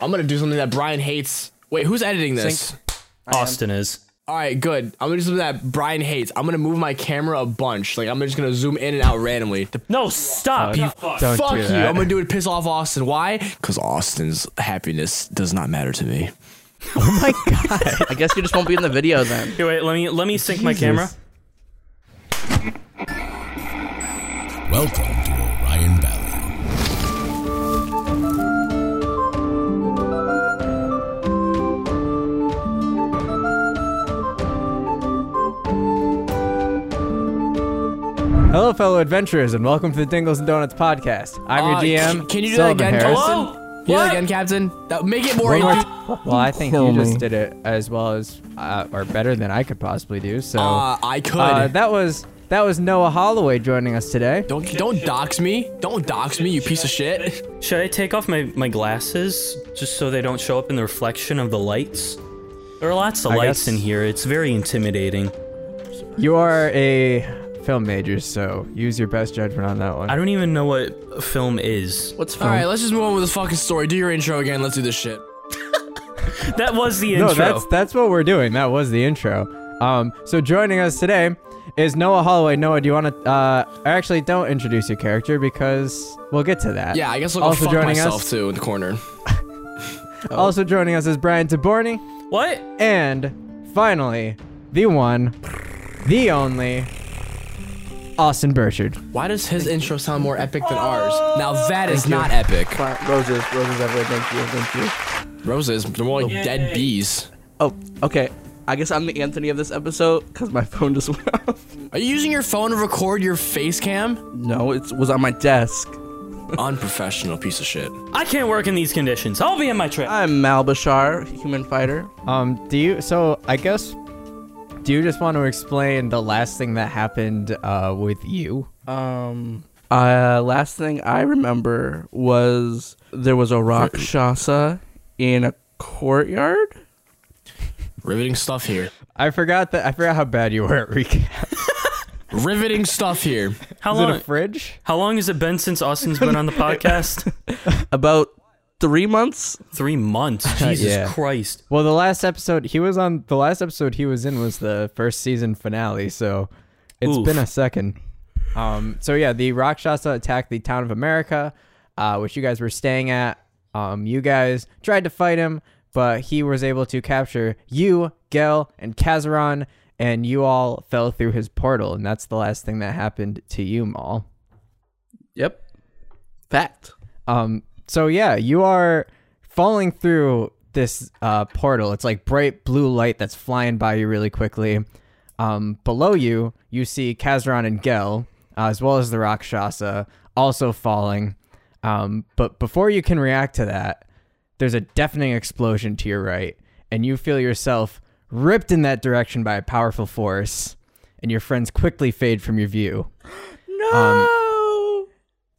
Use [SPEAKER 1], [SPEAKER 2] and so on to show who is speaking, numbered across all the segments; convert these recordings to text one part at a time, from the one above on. [SPEAKER 1] I'm gonna do something that Brian hates. Wait, who's editing this?
[SPEAKER 2] Austin is.
[SPEAKER 1] All right, good. I'm gonna do something that Brian hates. I'm gonna move my camera a bunch. Like I'm just gonna zoom in and out randomly. The
[SPEAKER 2] No, stop.
[SPEAKER 3] Uh,
[SPEAKER 2] you fuck.
[SPEAKER 3] Don't
[SPEAKER 1] fuck
[SPEAKER 3] do
[SPEAKER 1] you.
[SPEAKER 3] that.
[SPEAKER 1] I'm gonna do it. to Piss off Austin. Why? Because Austin's happiness does not matter to me.
[SPEAKER 4] I guess you just won't be in the video then.
[SPEAKER 2] Here, wait. Let me let me sync my camera.
[SPEAKER 5] Welcome to Orion Valley.
[SPEAKER 3] Hello, fellow adventurers, and welcome to the Dingles and Donuts podcast. I'm
[SPEAKER 1] Uh,
[SPEAKER 3] your
[SPEAKER 1] c-
[SPEAKER 3] DM.
[SPEAKER 1] Can you do
[SPEAKER 3] Sullivan
[SPEAKER 1] that again,
[SPEAKER 3] Harris.
[SPEAKER 1] Captain?
[SPEAKER 2] Hello?
[SPEAKER 1] Can you do that again, Captain? That- make it more.
[SPEAKER 3] One more
[SPEAKER 1] in-
[SPEAKER 3] t- well, I think you just did it as well as uh, or better than I could possibly do. So
[SPEAKER 1] uh, I could.
[SPEAKER 3] uh, that was that was Noah Holloway joining us today.
[SPEAKER 1] don't don't dox me. Don't dox me, you piece of shit.
[SPEAKER 2] Should I take off my, my glasses just so they don't show up in the reflection of the lights? There are lots of
[SPEAKER 3] I
[SPEAKER 2] lights
[SPEAKER 3] guess-
[SPEAKER 2] in here. It's very intimidating.
[SPEAKER 3] You are a film major, so use your best judgment on that one.
[SPEAKER 2] I don't even know what film is.
[SPEAKER 4] What's fun?
[SPEAKER 1] All right, let's just move on with the fucking story. Do your intro again. Let's do this shit.
[SPEAKER 2] That was the
[SPEAKER 3] no,
[SPEAKER 2] intro.
[SPEAKER 3] that's that's what we're doing. That was the intro. Um, so joining us today is Noah Holloway. Noah, do you want to? Uh, actually, don't introduce your character because we'll get to that.
[SPEAKER 1] Yeah, I guess I'll go
[SPEAKER 3] also
[SPEAKER 1] fuck
[SPEAKER 3] joining
[SPEAKER 1] myself
[SPEAKER 3] us.
[SPEAKER 1] too in the corner.
[SPEAKER 3] Also joining us is Brian Taborni,
[SPEAKER 2] what?
[SPEAKER 3] and finally, the one, the only, Austin Burchard.
[SPEAKER 1] Why does his intro sound more epic than ours? Now that is not epic.
[SPEAKER 4] Fine. Roses, roses everywhere. Thank you, thank you.
[SPEAKER 1] Roses, they're more like dead bees.
[SPEAKER 4] Oh, okay. I guess I'm the Anthony of this episode because my phone just went off.
[SPEAKER 1] Are you using your phone to record your face cam?
[SPEAKER 4] No, it was on my desk.
[SPEAKER 1] Unprofessional piece of shit.
[SPEAKER 2] I can't work in these conditions. I'll be in my trap.
[SPEAKER 4] I'm Mal Bashar, human fighter.
[SPEAKER 3] Um, do you? So I guess, do you just want to explain the last thing that happened uh, with you?
[SPEAKER 4] Um, uh, last thing I remember was there was a rakshasa in a courtyard.
[SPEAKER 1] Riveting stuff here.
[SPEAKER 3] I forgot that. I forgot how bad you were at recap.
[SPEAKER 1] Riveting stuff here.
[SPEAKER 2] How
[SPEAKER 3] Is it a
[SPEAKER 2] long?
[SPEAKER 3] fridge?
[SPEAKER 2] How long has it been since Austin's been on the podcast?
[SPEAKER 4] About three months.
[SPEAKER 2] Three months. Jesus
[SPEAKER 3] Yeah.
[SPEAKER 2] Christ.
[SPEAKER 3] Well, the last episode he was on, the last episode he was in was the first season finale, so it's
[SPEAKER 2] Oof.
[SPEAKER 3] been a second. Um, so yeah, the Rakshasa attacked the town of America, uh, which you guys were staying at. Um, you guys tried to fight him, but he was able to capture you, Gel, and Kazaron, and you all fell through his portal, and that's the last thing that happened to you, Maul.
[SPEAKER 4] Yep. Fact.
[SPEAKER 3] Um, so yeah, you are falling through this uh, portal. It's like bright blue light that's flying by you really quickly. Um, below you, you see Kazran and Gel, uh, as well as the Rakshasa, also falling. Um, but before you can react to that, there's a deafening explosion to your right, and you feel yourself ripped in that direction by a powerful force, and your friends quickly fade from your view. Um,
[SPEAKER 4] No.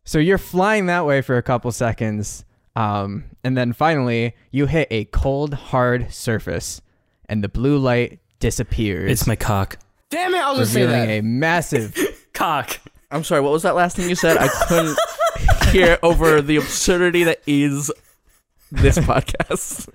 [SPEAKER 3] So you're flying that way for a couple seconds, um, and then finally you hit a cold, hard surface, and the blue light disappears,
[SPEAKER 2] It's my cock.
[SPEAKER 1] Damn it, I was gonna say
[SPEAKER 3] revealing
[SPEAKER 1] that.
[SPEAKER 3] a massive.
[SPEAKER 2] Cock.
[SPEAKER 4] I'm sorry. What was that last thing you said? I couldn't hear over the absurdity that is this podcast.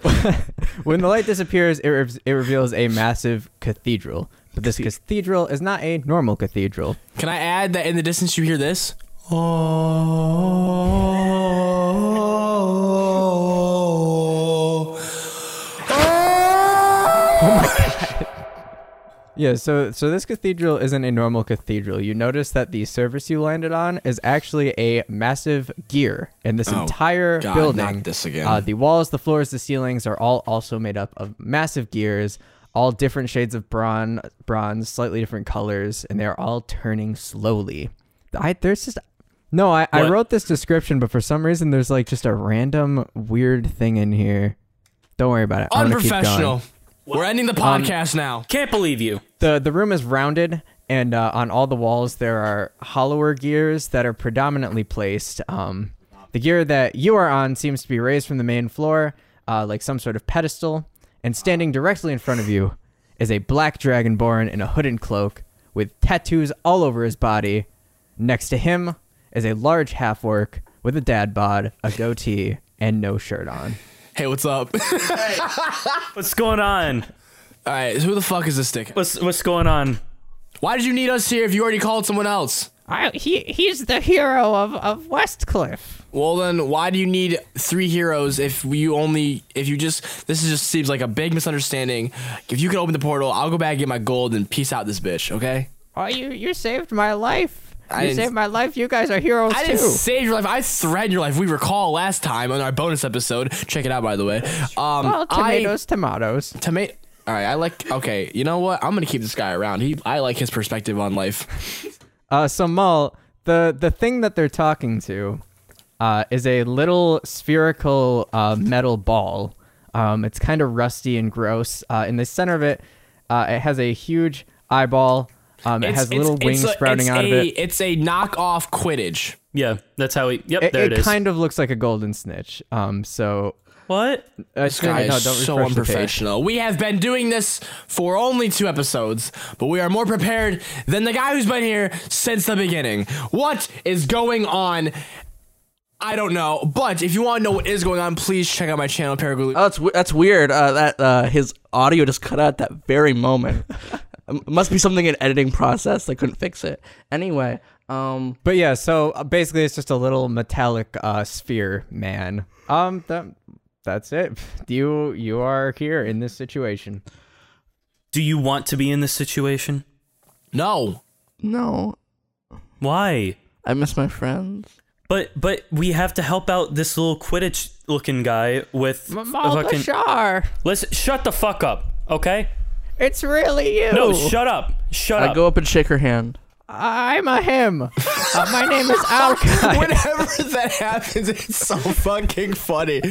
[SPEAKER 3] when the light disappears, it, re- it reveals a massive cathedral. But this cathedral is not a normal cathedral.
[SPEAKER 1] Can I add that in the distance you hear this?
[SPEAKER 3] Oh. Yeah, so so this cathedral isn't a normal cathedral. You notice that the surface you landed on is actually a massive gear, and this
[SPEAKER 1] Oh,
[SPEAKER 3] entire
[SPEAKER 1] God,
[SPEAKER 3] building,
[SPEAKER 1] not this again.
[SPEAKER 3] Uh, the walls, the floors, the ceilings are all also made up of massive gears, all different shades of bronze, bronze, slightly different colors, and they're all turning slowly. I there's just no, I, I
[SPEAKER 2] What?
[SPEAKER 3] wrote this description, but for some reason there's like just a random weird thing in here. Don't worry about it. I'm gonna keep going. Um,
[SPEAKER 1] Unprofessional. We're ending the podcast now.
[SPEAKER 2] Can't believe you.
[SPEAKER 3] the the room is rounded and uh, on all the walls there are hollower gears that are predominantly placed um, the gear that you are on seems to be raised from the main floor uh, like some sort of pedestal and standing directly in front of you is a black dragonborn in a hood and cloak with tattoos all over his body next to him is a large half orc with a dad bod a goatee and no shirt on
[SPEAKER 1] Hey, what's up? All
[SPEAKER 2] What's going on?
[SPEAKER 1] right, who the fuck is this dick?
[SPEAKER 2] What's what's going on?
[SPEAKER 1] Why did you need us here if you already called someone else?
[SPEAKER 6] I, he he's the hero of of Westcliff.
[SPEAKER 1] Well then, why do you need three heroes if you only if you just this is just seems like a big misunderstanding. If you can open the portal, I'll go back and get my gold and peace out this bitch, okay?
[SPEAKER 6] Oh, you you saved my life.
[SPEAKER 1] I
[SPEAKER 6] you
[SPEAKER 1] didn't-
[SPEAKER 6] saved my life. You guys are heroes
[SPEAKER 1] I
[SPEAKER 6] too.
[SPEAKER 1] didn't save your life. I threatened your life. We recall last time on our bonus episode. Check it out, by the way. Um,
[SPEAKER 6] well, tomatoes, tomatoes.
[SPEAKER 1] I, tomato. All right, I like. Okay, you know what? I'm gonna keep this guy around. He, I like his perspective on life.
[SPEAKER 3] Uh, so Mal, the the thing that they're talking to uh, is a little spherical uh, metal ball. Um, it's kind of rusty and gross. Uh, in the center of it, uh, it has a huge eyeball. Um, it has little wings
[SPEAKER 1] a-
[SPEAKER 3] sprouting
[SPEAKER 1] it's
[SPEAKER 3] out
[SPEAKER 1] a,
[SPEAKER 3] of it.
[SPEAKER 1] It's a knooff Quidditch.
[SPEAKER 2] Yeah, that's how we. Yep,
[SPEAKER 3] It,
[SPEAKER 2] there
[SPEAKER 3] it
[SPEAKER 2] it is.
[SPEAKER 3] kind of looks like a golden snitch. Um, so
[SPEAKER 2] what?
[SPEAKER 3] uh,
[SPEAKER 1] This guy
[SPEAKER 3] no,
[SPEAKER 1] is
[SPEAKER 3] don't
[SPEAKER 1] so
[SPEAKER 3] refresh the page.
[SPEAKER 1] unprofessional. We have been doing this for only two episodes, but we are more prepared than the guy who's been here since the beginning. What is going on? I don't know, but if you want to know what is going on, please check out my channel, Paraglu.
[SPEAKER 4] Oh, that's we- that's weird. Uh, that uh, his audio just cut out at that very moment. Um, must be something in editing process. They couldn't fix it. Anyway, um,
[SPEAKER 3] But yeah, so uh, basically, it's just a little metallic uh, sphere man. Um, that, that's it. You you are here in this situation.
[SPEAKER 2] Do you want to be in this situation?
[SPEAKER 1] No,
[SPEAKER 4] no,
[SPEAKER 2] Why?
[SPEAKER 4] I miss my friends.
[SPEAKER 2] But but we have to help out this little Quidditch looking guy with a
[SPEAKER 6] Mal
[SPEAKER 2] fucking.
[SPEAKER 6] Bashar,
[SPEAKER 2] Listen, shut the fuck up, okay?
[SPEAKER 6] it's really you.
[SPEAKER 2] No, shut up, shut
[SPEAKER 4] I
[SPEAKER 2] up.
[SPEAKER 4] go up and shake her hand.
[SPEAKER 3] I'm a him. Uh, my name is Alka.
[SPEAKER 1] Whenever that happens, it's so fucking funny.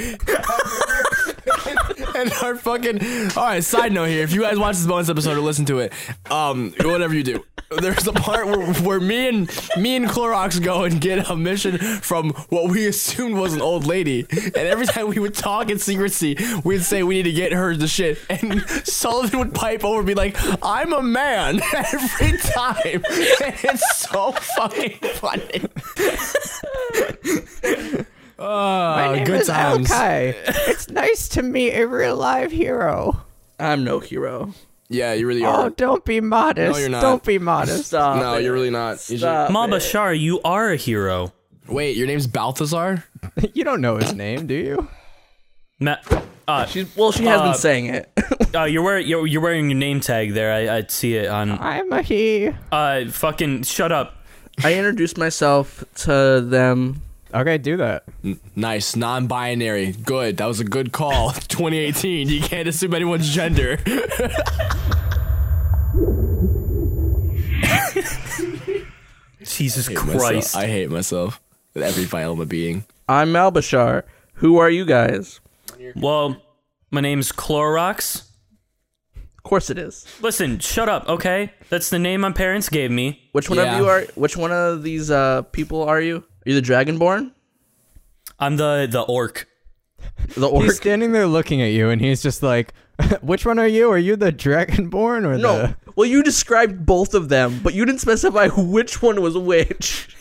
[SPEAKER 1] and our fucking all right. Side note here: if you guys watch this bonus episode or listen to it, um, whatever you do, there's a part where, where me and me and Clorox go and get a mission from what we assumed was an old lady, and every time we would talk in secrecy, we'd say we need to get her the shit, and Sullivan would pipe over and be like, "I'm a man," every time. And it's so fucking funny.
[SPEAKER 6] My
[SPEAKER 1] Oh,
[SPEAKER 6] name
[SPEAKER 1] good
[SPEAKER 6] is
[SPEAKER 1] times.
[SPEAKER 6] Alki. It's nice to meet a real live hero.
[SPEAKER 4] I'm no hero.
[SPEAKER 1] Yeah, you really
[SPEAKER 6] Oh,
[SPEAKER 1] are.
[SPEAKER 6] don't be modest.
[SPEAKER 1] No, you're not.
[SPEAKER 6] Don't be modest.
[SPEAKER 4] Stop.
[SPEAKER 1] no, you're really not. You should-
[SPEAKER 4] Stop
[SPEAKER 2] Mal
[SPEAKER 4] it.
[SPEAKER 2] Bashar, you are a hero.
[SPEAKER 1] Wait, your name's Balthazar?
[SPEAKER 3] you don't know his name, do you?
[SPEAKER 2] Ma- uh,
[SPEAKER 4] She's, well, she has
[SPEAKER 2] Uh,
[SPEAKER 4] been saying it.
[SPEAKER 2] uh, you're wearing you're, you're wearing your name tag there. I, I see it on.
[SPEAKER 6] I'm a he.
[SPEAKER 2] Uh, fucking shut up.
[SPEAKER 4] I introduced myself to them.
[SPEAKER 3] Okay, do that.
[SPEAKER 1] Nice, non-binary. Good. That was a good call. 2018. You can't assume anyone's gender.
[SPEAKER 2] Jesus
[SPEAKER 1] Myself-
[SPEAKER 2] Christ.
[SPEAKER 1] I hate myself with every fiber of my being.
[SPEAKER 4] I'm Mal Bashar. Who are you guys?
[SPEAKER 2] well, my name's Clorox.
[SPEAKER 4] Of course it is.
[SPEAKER 2] Listen, shut up, okay? That's the name my parents gave me.
[SPEAKER 4] Which one
[SPEAKER 1] Yeah.
[SPEAKER 4] of you are? Which one of these uh, people are you? Are you the Dragonborn?
[SPEAKER 2] I'm the the orc.
[SPEAKER 4] The orc?
[SPEAKER 3] He's standing there looking at you, and he's just like, "Which one are you? Are you the Dragonborn or
[SPEAKER 4] No.
[SPEAKER 3] the?"
[SPEAKER 4] Well, you described both of them, but you didn't specify which one was which.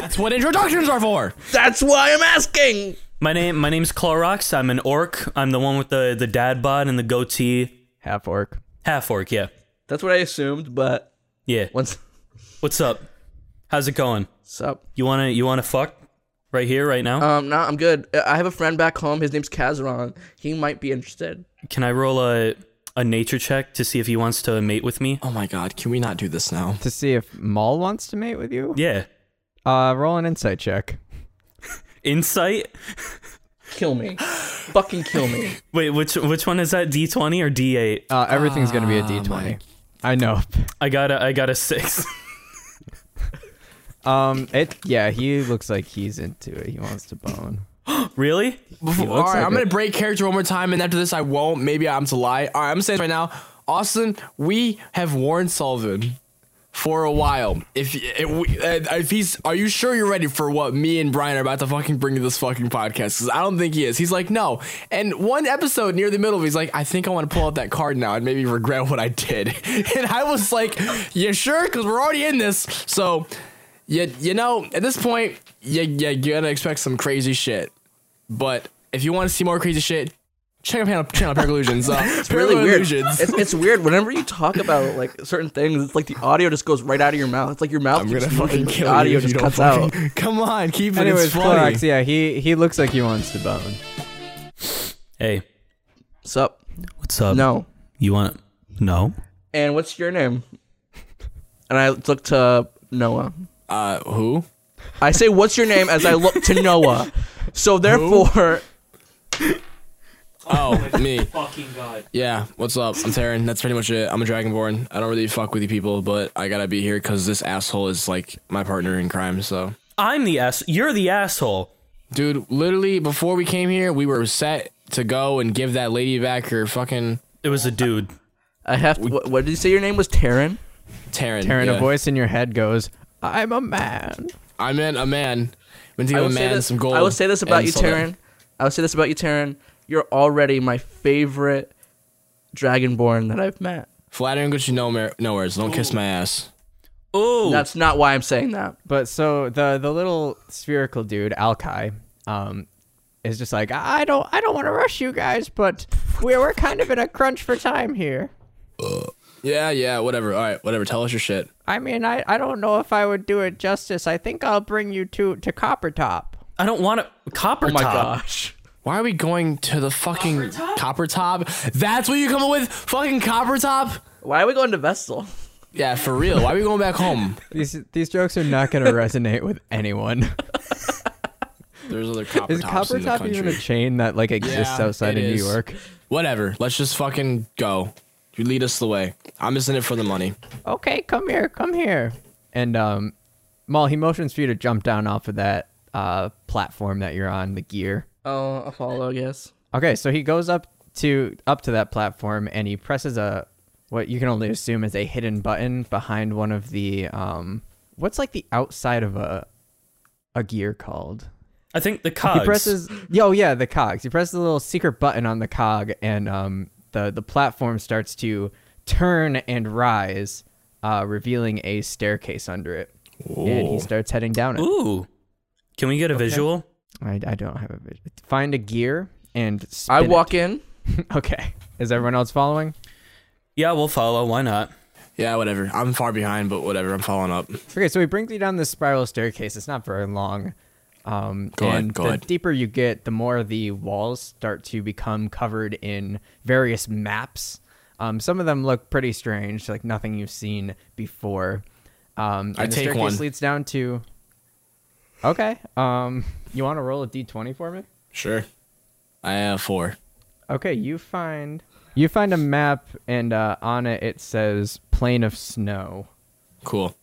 [SPEAKER 1] That's what introductions are for.
[SPEAKER 4] That's why I'm asking.
[SPEAKER 2] My name my name's Clorox. I'm an orc. I'm the one with the the dad bod and the goatee.
[SPEAKER 3] Half orc.
[SPEAKER 2] Half orc, yeah.
[SPEAKER 4] That's what I assumed, but
[SPEAKER 2] Yeah.
[SPEAKER 4] once
[SPEAKER 2] What's up? How's it going?
[SPEAKER 4] sup.
[SPEAKER 2] You wanna you wanna fuck? Right here, right now?
[SPEAKER 4] Um, nah, I'm good. Uh, I have a friend back home. His name's Kazaron. He might be interested.
[SPEAKER 2] Can I roll a a nature check to see if he wants to mate with me?
[SPEAKER 1] Oh my god, can we not do this now?
[SPEAKER 3] To see if Maul wants to mate with you.
[SPEAKER 2] Yeah.
[SPEAKER 3] Uh, roll an insight check.
[SPEAKER 2] Insight?
[SPEAKER 4] Kill me. Fucking kill me.
[SPEAKER 2] Wait, which which one is that? D twenty or D eight?
[SPEAKER 3] Uh, everything's gonna
[SPEAKER 1] Ah,
[SPEAKER 3] be a D twenty. I know.
[SPEAKER 2] I got a I got a six.
[SPEAKER 3] Um, it. Yeah, he looks like he's into it. He wants to bone.
[SPEAKER 2] really?
[SPEAKER 1] All right,
[SPEAKER 3] like
[SPEAKER 1] I'm gonna
[SPEAKER 3] it.
[SPEAKER 1] break character one more time, and after this, I won't. Maybe I'm to lie. All right, I'm saying right now, Austin, we have warned Sullivan for a while. If if, we, uh, if he's, are you sure you're ready for what me and Brian are about to fucking bring to this fucking podcast? Because I don't think he is. He's like, no. And one episode near the middle, he's like, I think I want to pull out that card now and maybe regret what I did. And I was like, you sure? Because we're already in this, so. You, you know, at this point, you, you, you're gonna expect some crazy shit. But if you want to see more crazy shit, check out channel, channel Parallel Illusions. Uh, it's
[SPEAKER 4] really weird.
[SPEAKER 1] Illusions.
[SPEAKER 4] It's, it's weird. Whenever you talk about like certain things, it's like the audio just goes right out of your mouth. It's like your mouth.
[SPEAKER 1] I'm
[SPEAKER 4] keeps
[SPEAKER 1] gonna
[SPEAKER 4] moving,
[SPEAKER 1] fucking
[SPEAKER 4] but the
[SPEAKER 1] kill you.
[SPEAKER 4] audio
[SPEAKER 1] if you
[SPEAKER 4] just
[SPEAKER 1] don't
[SPEAKER 4] cuts out.
[SPEAKER 1] fucking- Come on, keep it.
[SPEAKER 3] Anyways,
[SPEAKER 1] it's funny.
[SPEAKER 3] Clorox, yeah, he he looks like he wants to bone.
[SPEAKER 2] Hey,
[SPEAKER 4] Sup?
[SPEAKER 2] what's up?
[SPEAKER 4] No.
[SPEAKER 2] You want no?
[SPEAKER 4] And what's your name? And I look to Noah.
[SPEAKER 1] Uh, who?
[SPEAKER 4] I say, "What's your name?" As I look to Noah. So therefore,
[SPEAKER 1] Oh, me.
[SPEAKER 2] Fucking god.
[SPEAKER 1] Yeah, what's up? I'm Taryn. That's pretty much it. I'm a Dragonborn. I don't really fuck with you people, but I gotta be here because this asshole is like my partner in crime. So,
[SPEAKER 2] I'm the ass. You're the asshole.
[SPEAKER 1] dude, literally before we came here, we were set to go and give that lady back her fucking
[SPEAKER 2] It was a dude.
[SPEAKER 4] I have. To, what, what did you say? Your name was Taryn.
[SPEAKER 1] Taryn.
[SPEAKER 3] Taryn,
[SPEAKER 1] yeah.
[SPEAKER 3] a voice in your head goes, "I'm a man."
[SPEAKER 1] I meant a man. Meant to give
[SPEAKER 4] I
[SPEAKER 1] a
[SPEAKER 4] will say
[SPEAKER 1] man
[SPEAKER 4] this.
[SPEAKER 1] some gold.
[SPEAKER 4] I will say this about
[SPEAKER 1] and
[SPEAKER 4] you,
[SPEAKER 1] some-
[SPEAKER 4] Taryn. I will say this about you, Taryn. You're already my favorite Dragonborn that I've met.
[SPEAKER 1] Flattering gets you nowhere. Nowhere. So don't kiss my ass.
[SPEAKER 2] Oh,
[SPEAKER 4] That's not why I'm saying that.
[SPEAKER 3] But so the the little spherical dude, Alki, um, is just like, I don't I don't want to rush you guys, but we're we're kind of in a crunch for time here.
[SPEAKER 1] Yeah, yeah, whatever. All right, whatever. Tell us your shit.
[SPEAKER 3] I mean, I, I don't know if I would do it justice. I think I'll bring you to to Copper Top.
[SPEAKER 2] I don't want to. Copper
[SPEAKER 4] Oh my
[SPEAKER 2] top.
[SPEAKER 4] gosh.
[SPEAKER 1] Why are we going to the fucking copper top? That's what you come up with? Fucking copper top?
[SPEAKER 4] Why are we going to Vestal?
[SPEAKER 1] Yeah, for real. Why are we going back home?
[SPEAKER 3] These these jokes are not going to resonate with anyone.
[SPEAKER 1] There's other copper
[SPEAKER 3] Is
[SPEAKER 1] tops
[SPEAKER 3] Copper
[SPEAKER 1] in the
[SPEAKER 3] Top
[SPEAKER 1] country.
[SPEAKER 3] even a chain that like exists
[SPEAKER 1] Yeah,
[SPEAKER 3] outside
[SPEAKER 1] it
[SPEAKER 3] of
[SPEAKER 1] is.
[SPEAKER 3] New York?
[SPEAKER 1] Whatever. Let's just fucking go. You lead us the way. I'm just in it for the money.
[SPEAKER 3] Okay, come here, come here. And um, Maul, he motions for you to jump down off of that uh platform that you're on, the gear.
[SPEAKER 4] Oh, Apollo, I guess.
[SPEAKER 3] Okay, so he goes up to up to that platform and he presses a what you can only assume is a hidden button behind one of the um what's like the outside of a a gear called.
[SPEAKER 2] I think the cogs.
[SPEAKER 3] He presses yo yeah the cogs. He presses a little secret button on the cog and um the the platform starts to turn and rise, uh, revealing a staircase under it. And he starts heading down it.
[SPEAKER 2] Ooh. Can we get a visual?
[SPEAKER 3] I, I don't have a vision. Find a gear and spin
[SPEAKER 4] I
[SPEAKER 3] it.
[SPEAKER 4] walk in.
[SPEAKER 3] Okay, is everyone else following?
[SPEAKER 2] Yeah, we'll follow. Why not?
[SPEAKER 1] Yeah, whatever. I'm far behind, but whatever. I'm following up.
[SPEAKER 3] Okay, so he brings you down this spiral staircase. It's not very long. Um,
[SPEAKER 1] Go ahead,
[SPEAKER 3] and
[SPEAKER 1] go
[SPEAKER 3] the
[SPEAKER 1] ahead.
[SPEAKER 3] deeper you get, the more the walls start to become covered in various maps. Um, some of them look pretty strange, like nothing you've seen before. Um,
[SPEAKER 1] I
[SPEAKER 3] and the
[SPEAKER 1] take
[SPEAKER 3] staircase
[SPEAKER 1] one.
[SPEAKER 3] leads down to. Okay. Um, you want to roll a d20 for me?
[SPEAKER 1] Sure. I have four.
[SPEAKER 3] Okay, you find you find a map, and uh, on it it says "Plain of Snow."
[SPEAKER 1] Cool.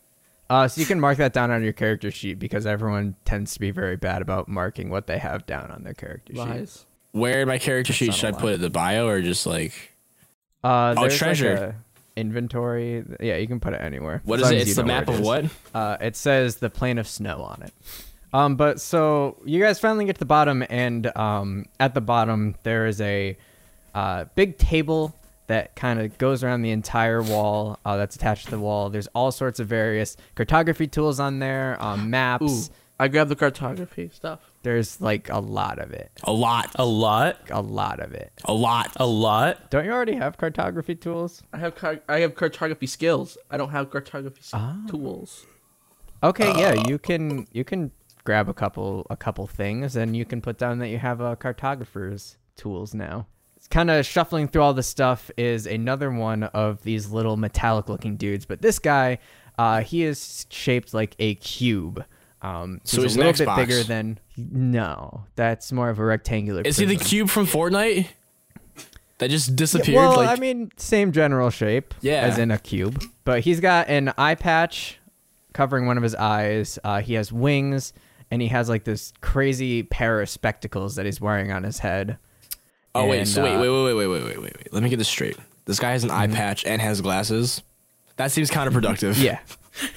[SPEAKER 3] Uh, so you can mark that down on your character sheet because everyone tends to be very bad about marking what they have down on their character sheet.
[SPEAKER 4] Lies.
[SPEAKER 1] Where in my character sheet
[SPEAKER 3] not
[SPEAKER 1] should
[SPEAKER 3] a
[SPEAKER 1] I
[SPEAKER 3] lot.
[SPEAKER 1] put it? The bio or just like
[SPEAKER 3] Uh, there's like
[SPEAKER 1] Oh, treasure.
[SPEAKER 3] a inventory. Yeah, you can put it anywhere.
[SPEAKER 1] what is
[SPEAKER 3] as long
[SPEAKER 1] it?
[SPEAKER 3] as
[SPEAKER 1] It's
[SPEAKER 3] you
[SPEAKER 1] the
[SPEAKER 3] know where
[SPEAKER 1] map
[SPEAKER 3] it
[SPEAKER 1] of
[SPEAKER 3] is.
[SPEAKER 1] what?
[SPEAKER 3] Uh, it says the plane of snow on it. Um, but so you guys finally get to the bottom, and um, at the bottom there is a uh, big table that kind of goes around the entire wall uh, that's attached to the wall. There's all sorts of various cartography tools on there, um, maps.
[SPEAKER 4] Ooh. I grab the cartography stuff.
[SPEAKER 3] There's like a lot of it.
[SPEAKER 1] A lot.
[SPEAKER 2] A lot.
[SPEAKER 3] a lot of it.
[SPEAKER 1] A lot.
[SPEAKER 2] A lot.
[SPEAKER 3] Don't you already have cartography tools?
[SPEAKER 4] I have car- I have cartography skills. I don't have cartography s- tools.
[SPEAKER 3] Okay, yeah, you can you can grab a couple a couple things and you can put down that you have a cartographer's tools now. It's kind of shuffling through all this stuff is another one of these little metallic looking dudes, but this guy uh, he is shaped like a cube. Um,
[SPEAKER 1] So
[SPEAKER 3] he's
[SPEAKER 1] he's
[SPEAKER 3] a
[SPEAKER 1] an
[SPEAKER 3] little bit
[SPEAKER 1] Xbox.
[SPEAKER 3] bigger than no. That's more of a rectangular.
[SPEAKER 1] Is he the
[SPEAKER 3] prism.
[SPEAKER 1] cube from Fortnite? That just disappeared.
[SPEAKER 3] Well,
[SPEAKER 1] like
[SPEAKER 3] I mean, same general shape.
[SPEAKER 1] Yeah.
[SPEAKER 3] As in a cube. But he's got an eye patch covering one of his eyes. Uh, he has wings, and he has like this crazy pair of spectacles that he's wearing on his head.
[SPEAKER 1] Oh wait,
[SPEAKER 3] And,
[SPEAKER 1] so wait,
[SPEAKER 3] uh, Mm-hmm.
[SPEAKER 1] wait, wait, wait, wait, wait, wait, wait, wait. Let me get this straight. This guy has an eye patch and has glasses. That seems counterproductive.
[SPEAKER 3] Yeah.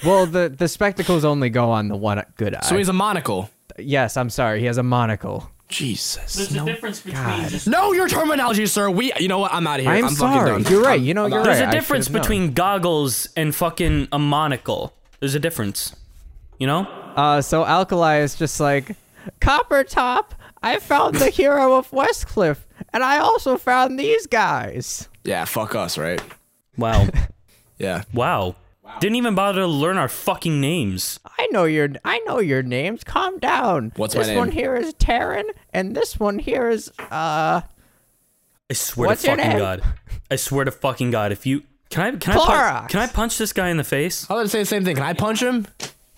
[SPEAKER 3] Well, the the spectacles only go on the one good eye.
[SPEAKER 1] So he's a monocle.
[SPEAKER 3] yes, I'm sorry. He has a monocle.
[SPEAKER 1] Jesus.
[SPEAKER 2] a difference between.
[SPEAKER 1] No, your terminology, sir. We, you know what? I'm out of here.
[SPEAKER 3] I'm, sorry.
[SPEAKER 1] fucking done.
[SPEAKER 3] You're right. You know, you're
[SPEAKER 2] There's a
[SPEAKER 3] right. I
[SPEAKER 2] difference
[SPEAKER 3] should've known.
[SPEAKER 2] between goggles and fucking a monocle. There's a difference. You know?
[SPEAKER 3] Uh, so Alkali is just like,
[SPEAKER 6] Copper Top, I found the hero of Westcliff, and I also found these guys.
[SPEAKER 1] Yeah, fuck us, right?
[SPEAKER 2] Wow.
[SPEAKER 1] Yeah.
[SPEAKER 2] wow. Didn't even bother to learn our fucking names.
[SPEAKER 6] I know your I know your names. Calm down.
[SPEAKER 1] What's my
[SPEAKER 6] this one
[SPEAKER 1] name?
[SPEAKER 6] here is Taryn, and this one here is uh
[SPEAKER 2] I swear
[SPEAKER 6] What's
[SPEAKER 2] to
[SPEAKER 6] your
[SPEAKER 2] fucking
[SPEAKER 6] name?
[SPEAKER 2] god. I swear to fucking god. If you can I can I
[SPEAKER 6] Clorox.
[SPEAKER 2] punch, can I punch this guy in the face?
[SPEAKER 1] I was gonna say the same thing. Can I punch him?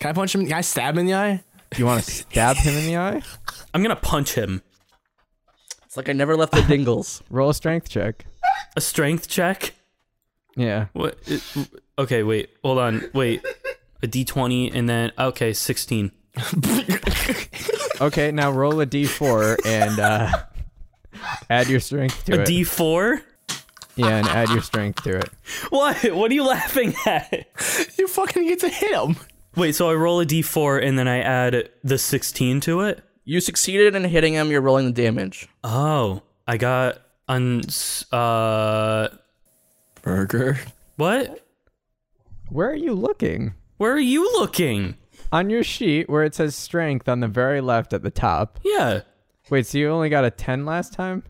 [SPEAKER 1] Can I punch him? Can I stab him in the eye?
[SPEAKER 3] You want to stab him in the eye?
[SPEAKER 2] I'm gonna punch him.
[SPEAKER 4] It's like I never left the Dingles.
[SPEAKER 3] Roll a strength check.
[SPEAKER 2] A strength check.
[SPEAKER 3] Yeah.
[SPEAKER 2] What? it- okay, wait. Hold on. Wait. A d20 and then okay, 16.
[SPEAKER 3] Okay, now roll a d4 and uh, add your strength to
[SPEAKER 2] A
[SPEAKER 3] it.
[SPEAKER 2] d4.
[SPEAKER 3] yeah, and add your strength to it.
[SPEAKER 2] What? What are you laughing at?
[SPEAKER 1] You fucking get to hit him.
[SPEAKER 2] Wait, so I roll a d4 and then I add the 16 to it?
[SPEAKER 4] You succeeded in hitting him. You're rolling the damage.
[SPEAKER 2] Oh, I got un uh
[SPEAKER 1] Burger.
[SPEAKER 2] what?
[SPEAKER 3] Where are you looking?
[SPEAKER 2] Where are you looking?
[SPEAKER 3] On your sheet where it says strength on the very left at the top.
[SPEAKER 2] Yeah.
[SPEAKER 3] Wait, so you only got a 10 last time?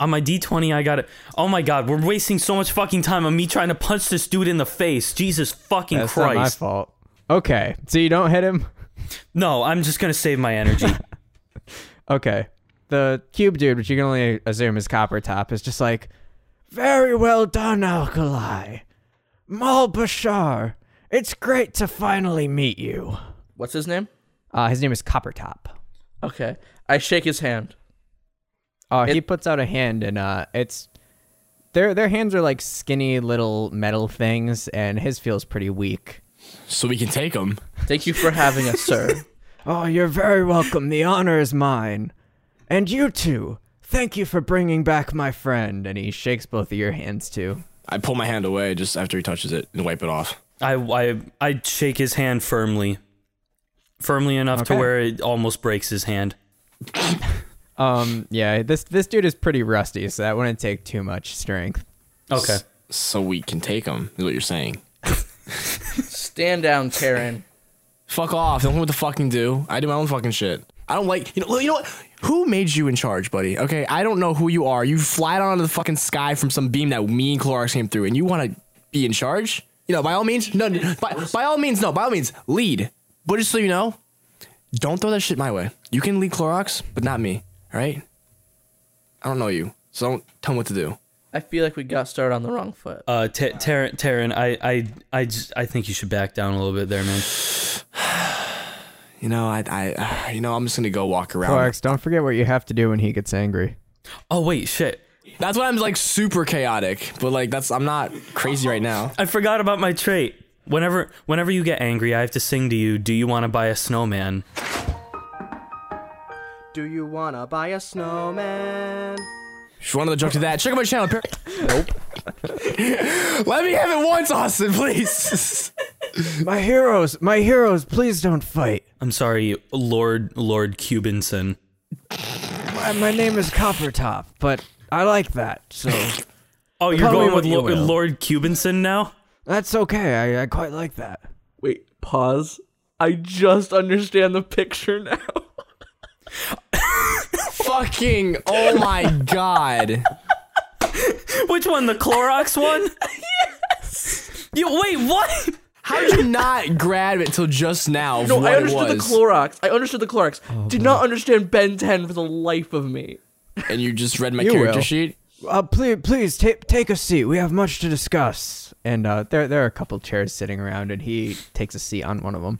[SPEAKER 2] On my d20 I got it. Oh my god, we're wasting so much fucking time on me trying to punch this dude in the face. Jesus fucking
[SPEAKER 3] That's
[SPEAKER 2] Christ.
[SPEAKER 3] not my fault. Okay, so you don't hit him?
[SPEAKER 2] No, I'm just going to save my energy.
[SPEAKER 3] Okay. The cube dude, which you can only assume is Copper Top, is just like, Very well done, Alkali. Mal Bashar, it's great to finally meet you.
[SPEAKER 4] What's his name?
[SPEAKER 3] Uh, his name is Copper Top.
[SPEAKER 4] Okay. I shake his hand.
[SPEAKER 3] Oh, he puts out a hand and uh it's their their hands are like skinny little metal things and his feels pretty weak.
[SPEAKER 1] So we can take him.
[SPEAKER 4] Thank you for having us, sir.
[SPEAKER 3] Oh, you're very welcome. The honor is mine. And you too. Thank you for bringing back my friend. And he shakes both of your hands too.
[SPEAKER 1] I pull my hand away just after he touches it and wipe it off.
[SPEAKER 2] I I I shake his hand firmly. Firmly enough to
[SPEAKER 3] Okay.
[SPEAKER 2] where it almost breaks his hand.
[SPEAKER 3] Um, yeah, this this dude is pretty rusty, so that wouldn't take too much strength.
[SPEAKER 2] Okay.
[SPEAKER 1] So we can take him, is what you're saying.
[SPEAKER 4] Stand down, Karen.
[SPEAKER 1] Fuck off. Don't know what to fucking do. I do my own fucking shit. I don't like you know you know what? Who made you in charge, buddy? Okay, I don't know who you are. You fly down into the fucking sky from some beam that me and Clorox came through, and you want to be in charge? You know, by all means, no. no, By, by all means, no. By all means, lead. But just so you know, don't throw that shit my way. You can lead Clorox, but not me. All right? I don't know you, so don't tell me what to do.
[SPEAKER 4] I feel like we got started on the wrong foot.
[SPEAKER 2] Uh, Ta- Taryn, Taryn, I, I, I, just, I think you should back down a little bit there, man.
[SPEAKER 1] You know, I, I, you know, I'm just gonna go walk around.
[SPEAKER 3] Clarks, don't forget what you have to do when he gets angry.
[SPEAKER 2] Oh wait, shit,
[SPEAKER 1] That's why I'm like super chaotic, but like that's I'm not crazy right now.
[SPEAKER 2] I forgot about my trait. Whenever, whenever you get angry, I have to sing to you. Do you want to buy a snowman?
[SPEAKER 4] Do you wanna buy a snowman?
[SPEAKER 1] If you wanted to jump to that, check out my channel. Par- nope. Let me have it once, Austin, please.
[SPEAKER 3] My heroes, my heroes, please don't fight.
[SPEAKER 2] I'm sorry, Lord, Lord Cubinson.
[SPEAKER 3] My, my name is Coppertop, but I like that, so
[SPEAKER 2] Oh, you're
[SPEAKER 3] Call me
[SPEAKER 2] going
[SPEAKER 3] what
[SPEAKER 2] with
[SPEAKER 3] you
[SPEAKER 2] Lo-
[SPEAKER 3] will.
[SPEAKER 2] Lord Cubinson now?
[SPEAKER 3] that's okay. I, I quite like that.
[SPEAKER 4] Wait, pause. I just understand the picture now.
[SPEAKER 1] Fucking oh my god.
[SPEAKER 2] Which one? The Clorox one? yes. You wait, what?
[SPEAKER 1] How did you not grab it till just now? of
[SPEAKER 4] No,
[SPEAKER 1] what
[SPEAKER 4] I understood
[SPEAKER 1] it
[SPEAKER 4] the
[SPEAKER 1] was,
[SPEAKER 4] Clorox. I understood the Clorox. Did not understand Ben 10 for the life of me.
[SPEAKER 1] and you just read my
[SPEAKER 3] You
[SPEAKER 1] character
[SPEAKER 3] will.
[SPEAKER 1] sheet.
[SPEAKER 3] Uh, please, please take take a seat. We have much to discuss. And uh, there there are a couple chairs sitting around, and he takes a seat on one of them.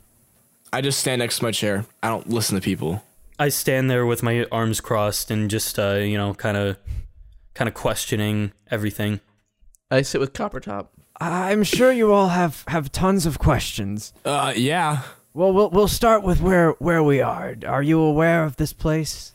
[SPEAKER 1] I just stand next to my chair. I don't listen to people.
[SPEAKER 2] I stand there with my arms crossed and just, uh, you know, kind of, kind of questioning everything.
[SPEAKER 4] I sit with Coppertop.
[SPEAKER 3] I'm sure you all have have tons of questions.
[SPEAKER 1] Uh, yeah.
[SPEAKER 3] Well, we'll we'll start with where where we are. Are you aware of this place?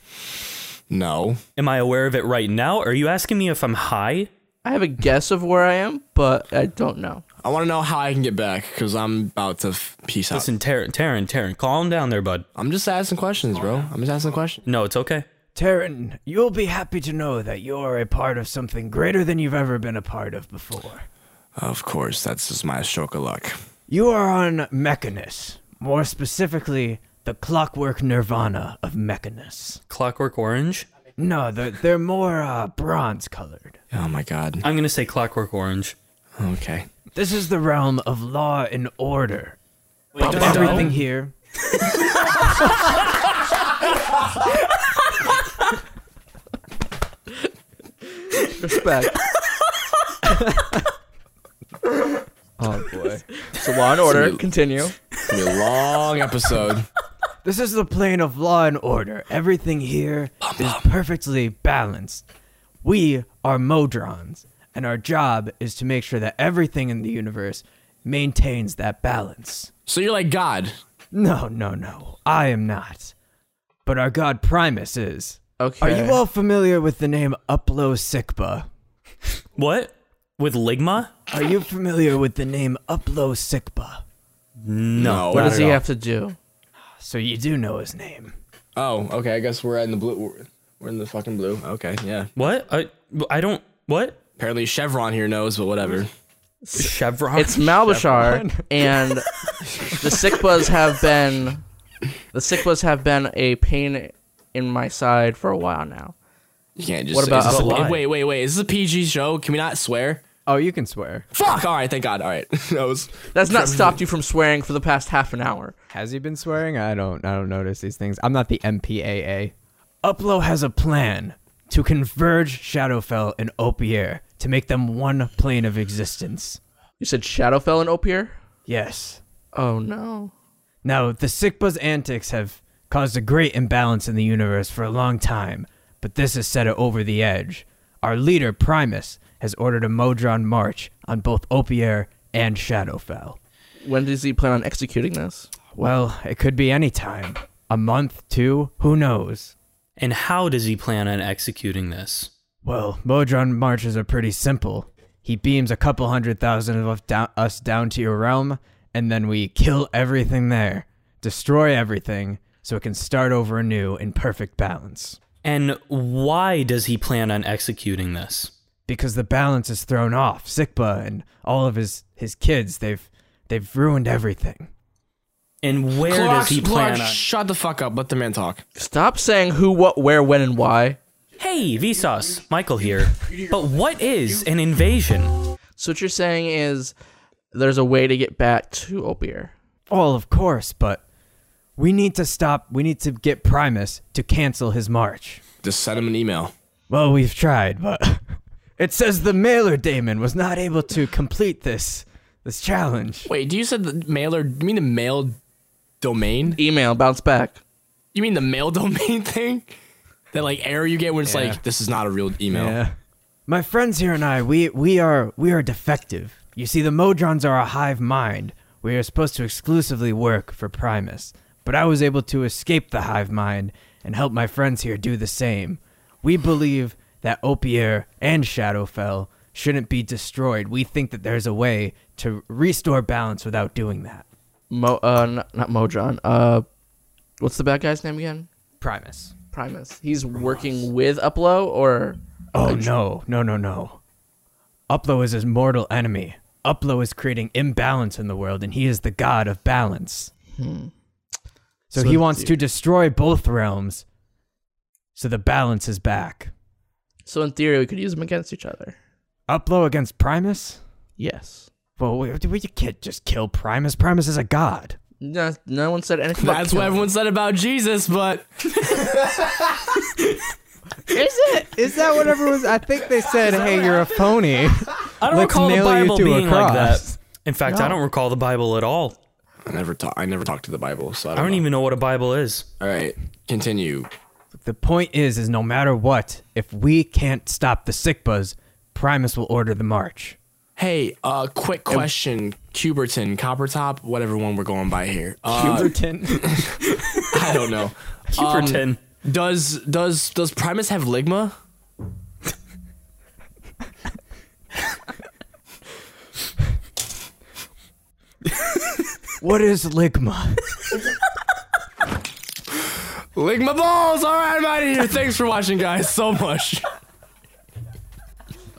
[SPEAKER 1] No.
[SPEAKER 2] Am I aware of it right now? Are you asking me if I'm high?
[SPEAKER 4] I have a guess of where I am, but I don't know.
[SPEAKER 1] I want to know how I can get back because I'm about to f- peace out.
[SPEAKER 2] Listen, Taryn, Taryn, Taryn, calm down there, bud.
[SPEAKER 1] I'm just asking questions, bro. I'm just asking questions.
[SPEAKER 2] No, it's okay.
[SPEAKER 3] Terran, you'll be happy to know that you're a part of something greater than you've ever been a part of before.
[SPEAKER 1] Of course, that's just my stroke of luck.
[SPEAKER 3] You are on Mechanus, more specifically, the clockwork nirvana of Mechanus.
[SPEAKER 2] Clockwork Orange.
[SPEAKER 3] No, they're they're more uh, bronze colored.
[SPEAKER 1] Oh my god.
[SPEAKER 2] I'm gonna say Clockwork Orange.
[SPEAKER 1] Okay.
[SPEAKER 3] This is the realm of law and order.
[SPEAKER 2] Wait,
[SPEAKER 3] Does everything here.
[SPEAKER 4] Respect.
[SPEAKER 3] Oh boy.
[SPEAKER 4] So law and order. Continue.
[SPEAKER 1] It's gonna be a long episode.
[SPEAKER 3] This is the plane of law and order. Everything here is perfectly balanced. We are Modrons, and our job is to make sure that everything in the universe maintains that balance.
[SPEAKER 1] So you're like God.
[SPEAKER 3] No, no, no. I am not. But our god Primus is.
[SPEAKER 4] Okay.
[SPEAKER 3] Are you all familiar with the name Uplo Sikba?
[SPEAKER 2] What? With Ligma?
[SPEAKER 3] Are you familiar with the name Uplo Sikba?
[SPEAKER 1] No.
[SPEAKER 4] What
[SPEAKER 1] not
[SPEAKER 4] does
[SPEAKER 1] at
[SPEAKER 4] he
[SPEAKER 1] all.
[SPEAKER 4] have to do?
[SPEAKER 3] So you do know his name.
[SPEAKER 1] Oh, okay. I guess we're in the blue. We're, we're in the fucking blue. Okay. Yeah.
[SPEAKER 2] What? I I don't. What?
[SPEAKER 1] Apparently Chevron here knows, but whatever.
[SPEAKER 2] Chevron.
[SPEAKER 4] It's Malbashar, and the Sikbas have been the Sikbas have been a pain in my side for a while now.
[SPEAKER 1] You can't just.
[SPEAKER 4] What
[SPEAKER 1] is
[SPEAKER 4] about-
[SPEAKER 1] this a-
[SPEAKER 2] But why?
[SPEAKER 1] wait, wait, wait. Is this a PG show? Can we not swear?
[SPEAKER 3] Oh, you can swear.
[SPEAKER 1] Fuck. All right. Thank God. All right. that was.
[SPEAKER 4] That's not stopped you from swearing for the past half an hour.
[SPEAKER 3] Has he been swearing? I don't I don't notice these things. I'm not the MPAA. Uplo has a plan to converge Shadowfell and Opier to make them one plane of existence.
[SPEAKER 4] You said Shadowfell and Opier?
[SPEAKER 3] Yes.
[SPEAKER 4] Oh no.
[SPEAKER 3] Now, the Sikba's antics have caused a great imbalance in the universe for a long time, but this has set it over the edge. Our leader, Primus, has ordered a Modron march on both Opier and Shadowfell.
[SPEAKER 4] When does he plan on executing this?
[SPEAKER 3] Well, it could be any time. A month, two, who knows?
[SPEAKER 2] And how does he plan on executing this?
[SPEAKER 3] Well, Modron marches are pretty simple. He beams a couple hundred thousand of us down, us down to your realm, and then we kill everything there, destroy everything, so it can start over anew in perfect balance.
[SPEAKER 2] And why does he plan on executing this?
[SPEAKER 3] Because the balance is thrown off. Sikba and all of his, his kids, they've they've ruined everything.
[SPEAKER 2] And where does he
[SPEAKER 1] Clorox,
[SPEAKER 2] plan
[SPEAKER 1] Clorox,
[SPEAKER 2] on?
[SPEAKER 1] Shut the fuck up. Let the man talk.
[SPEAKER 4] Stop saying who, what, where, when, and why.
[SPEAKER 2] hey, Vsauce, Michael here. But what is an invasion?
[SPEAKER 4] So what you're saying is there's a way to get back to Opier.
[SPEAKER 3] Well, of course, but we need to stop we need to get Primus to cancel his march.
[SPEAKER 1] Just send him an email.
[SPEAKER 3] Well, we've tried, but it says the mailer daemon was not able to complete this this challenge.
[SPEAKER 1] Wait. Do you said the mailer? You mean the mail domain?
[SPEAKER 4] Email, bounce back.
[SPEAKER 1] You mean the mail domain thing? That like error you get when it's
[SPEAKER 3] Yeah.
[SPEAKER 1] like this is not a real email.
[SPEAKER 3] My friends here and I, we we are we are defective. You see, the Modrons are a hive mind. We are supposed to exclusively work for Primus, but I was able to escape the hive mind and help my friends here do the same. We believe that Opier and Shadowfell shouldn't be destroyed. We think that there's a way to restore balance without doing that.
[SPEAKER 4] Mo, uh, n- not Mojon. Uh, what's the bad guy's name again?
[SPEAKER 3] Primus.
[SPEAKER 4] Primus. He's working with Uplow, or
[SPEAKER 3] Oh no, no, no, no. Uplo is his mortal enemy. Uplo is creating imbalance in the world, and he is the god of balance. Hmm.
[SPEAKER 4] So
[SPEAKER 3] So, he wants
[SPEAKER 4] the-
[SPEAKER 3] to destroy both realms, so the balance is back.
[SPEAKER 4] so in theory we could use them against each other.
[SPEAKER 3] Uplo against Primus?
[SPEAKER 4] Yes.
[SPEAKER 3] Well, we, we you can't just kill Primus. Primus is a god.
[SPEAKER 4] No, no one said anything. about
[SPEAKER 1] That's what
[SPEAKER 4] killing.
[SPEAKER 1] everyone said about Jesus, but
[SPEAKER 3] Is it? Is that what everyone's? I think they said, "Hey, you're a phony."
[SPEAKER 2] I don't
[SPEAKER 3] Let's
[SPEAKER 2] recall the
[SPEAKER 3] nail you
[SPEAKER 2] Bible
[SPEAKER 3] to a
[SPEAKER 2] being like
[SPEAKER 3] cross.
[SPEAKER 2] that. In fact, I
[SPEAKER 3] No.
[SPEAKER 2] don't recall the Bible at all.
[SPEAKER 1] I never talk. I never talked to the Bible, so I
[SPEAKER 2] I
[SPEAKER 1] don't,
[SPEAKER 2] don't
[SPEAKER 1] know.
[SPEAKER 2] even know what a Bible is.
[SPEAKER 1] All right, continue.
[SPEAKER 3] The point is, is no matter what, if we can't stop the Sikbas, Primus will order the march.
[SPEAKER 1] Hey, uh, quick question, Cuberton, Coppertop, whatever one we're going by here. Uh,
[SPEAKER 3] Huberton.
[SPEAKER 1] I don't know.
[SPEAKER 2] Cuperton.
[SPEAKER 1] Does does does Primus have ligma?
[SPEAKER 3] what is ligma?
[SPEAKER 1] Ligma balls. All right, I'm out of here. Thanks for watching, guys, so much.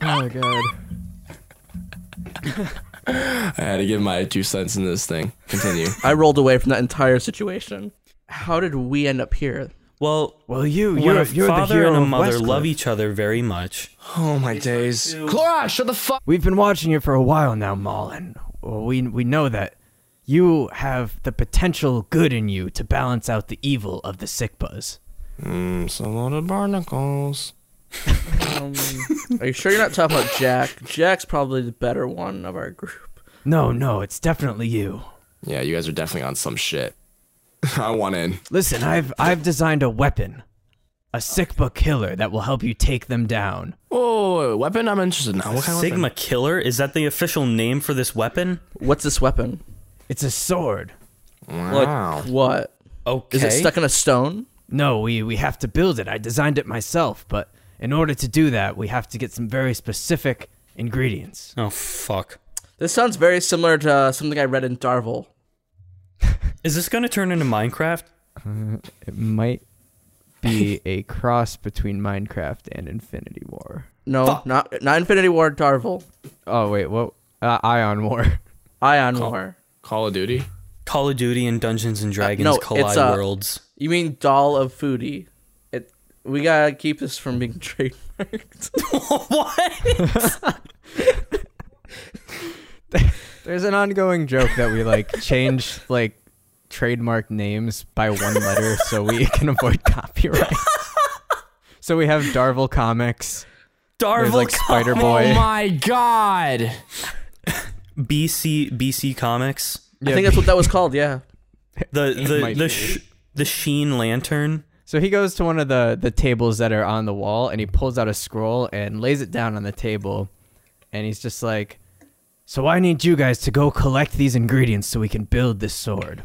[SPEAKER 3] Oh my god.
[SPEAKER 1] I had to give my two cents in this thing. Continue.
[SPEAKER 4] I rolled away from that entire situation. How did we end up here?
[SPEAKER 2] Well,
[SPEAKER 3] Well, you,
[SPEAKER 2] when
[SPEAKER 3] you're,
[SPEAKER 2] a
[SPEAKER 3] you're the
[SPEAKER 2] father
[SPEAKER 3] hero
[SPEAKER 2] and a
[SPEAKER 3] of
[SPEAKER 2] mother
[SPEAKER 3] Westcliff.
[SPEAKER 2] love each other very much.
[SPEAKER 1] Oh my days. Clora, shut the fuck.
[SPEAKER 3] We've been watching you for a while now, Maul, and we we know that you have the potential good in you to balance out the evil of the sick buzz.
[SPEAKER 1] It's Mm, a lot of barnacles.
[SPEAKER 4] Are you sure you're not talking about Jack? Jack's probably the better one of our group.
[SPEAKER 3] No, no, it's definitely you.
[SPEAKER 1] Yeah, you guys are definitely on some shit. I want in.
[SPEAKER 3] Listen, I've I've designed a weapon, a Sigma killer that will help you take them down.
[SPEAKER 1] Oh, weapon? I'm interested
[SPEAKER 3] Uh,
[SPEAKER 1] now. What kind of
[SPEAKER 2] Sigma
[SPEAKER 1] weapon?
[SPEAKER 2] Killer is that the official name for this weapon?
[SPEAKER 4] What's this weapon?
[SPEAKER 3] It's a sword.
[SPEAKER 1] Wow.
[SPEAKER 4] Like what?
[SPEAKER 2] Okay.
[SPEAKER 4] Is it stuck in a stone?
[SPEAKER 3] No, we we have to build it. I designed it myself, but in order to do that, we have to get some very specific ingredients.
[SPEAKER 2] Oh fuck.
[SPEAKER 4] This sounds very similar to uh, something I read in Darvel.
[SPEAKER 2] Is this gonna turn into Minecraft?
[SPEAKER 3] It might be a cross between Minecraft and Infinity War.
[SPEAKER 4] No, not not Infinity War. Darvel,
[SPEAKER 3] Oh wait, what? Uh, Ion War.
[SPEAKER 4] Ion War.
[SPEAKER 1] Call of Duty?
[SPEAKER 2] Call of Duty and Dungeons and Dragons
[SPEAKER 4] no, it's,
[SPEAKER 2] collide
[SPEAKER 4] uh,
[SPEAKER 2] worlds.
[SPEAKER 4] You mean Doll of Foodie? It. We gotta keep this from being trademarked.
[SPEAKER 2] what?
[SPEAKER 3] There's an ongoing joke that we like change like trademark names by one letter so we can avoid copyright. so we have Darvel Comics.
[SPEAKER 2] Darvel
[SPEAKER 3] There's like Spider Boy.
[SPEAKER 1] Oh my god.
[SPEAKER 2] BC BC Comics.
[SPEAKER 4] I think that's what that was called. Yeah.
[SPEAKER 2] The the
[SPEAKER 3] might
[SPEAKER 2] the
[SPEAKER 3] be.
[SPEAKER 2] sh- the Sheen Lantern.
[SPEAKER 3] So he goes to one of the the tables that are on the wall and he pulls out a scroll and lays it down on the table and he's just like so I need you guys to go collect these ingredients so we can build this sword.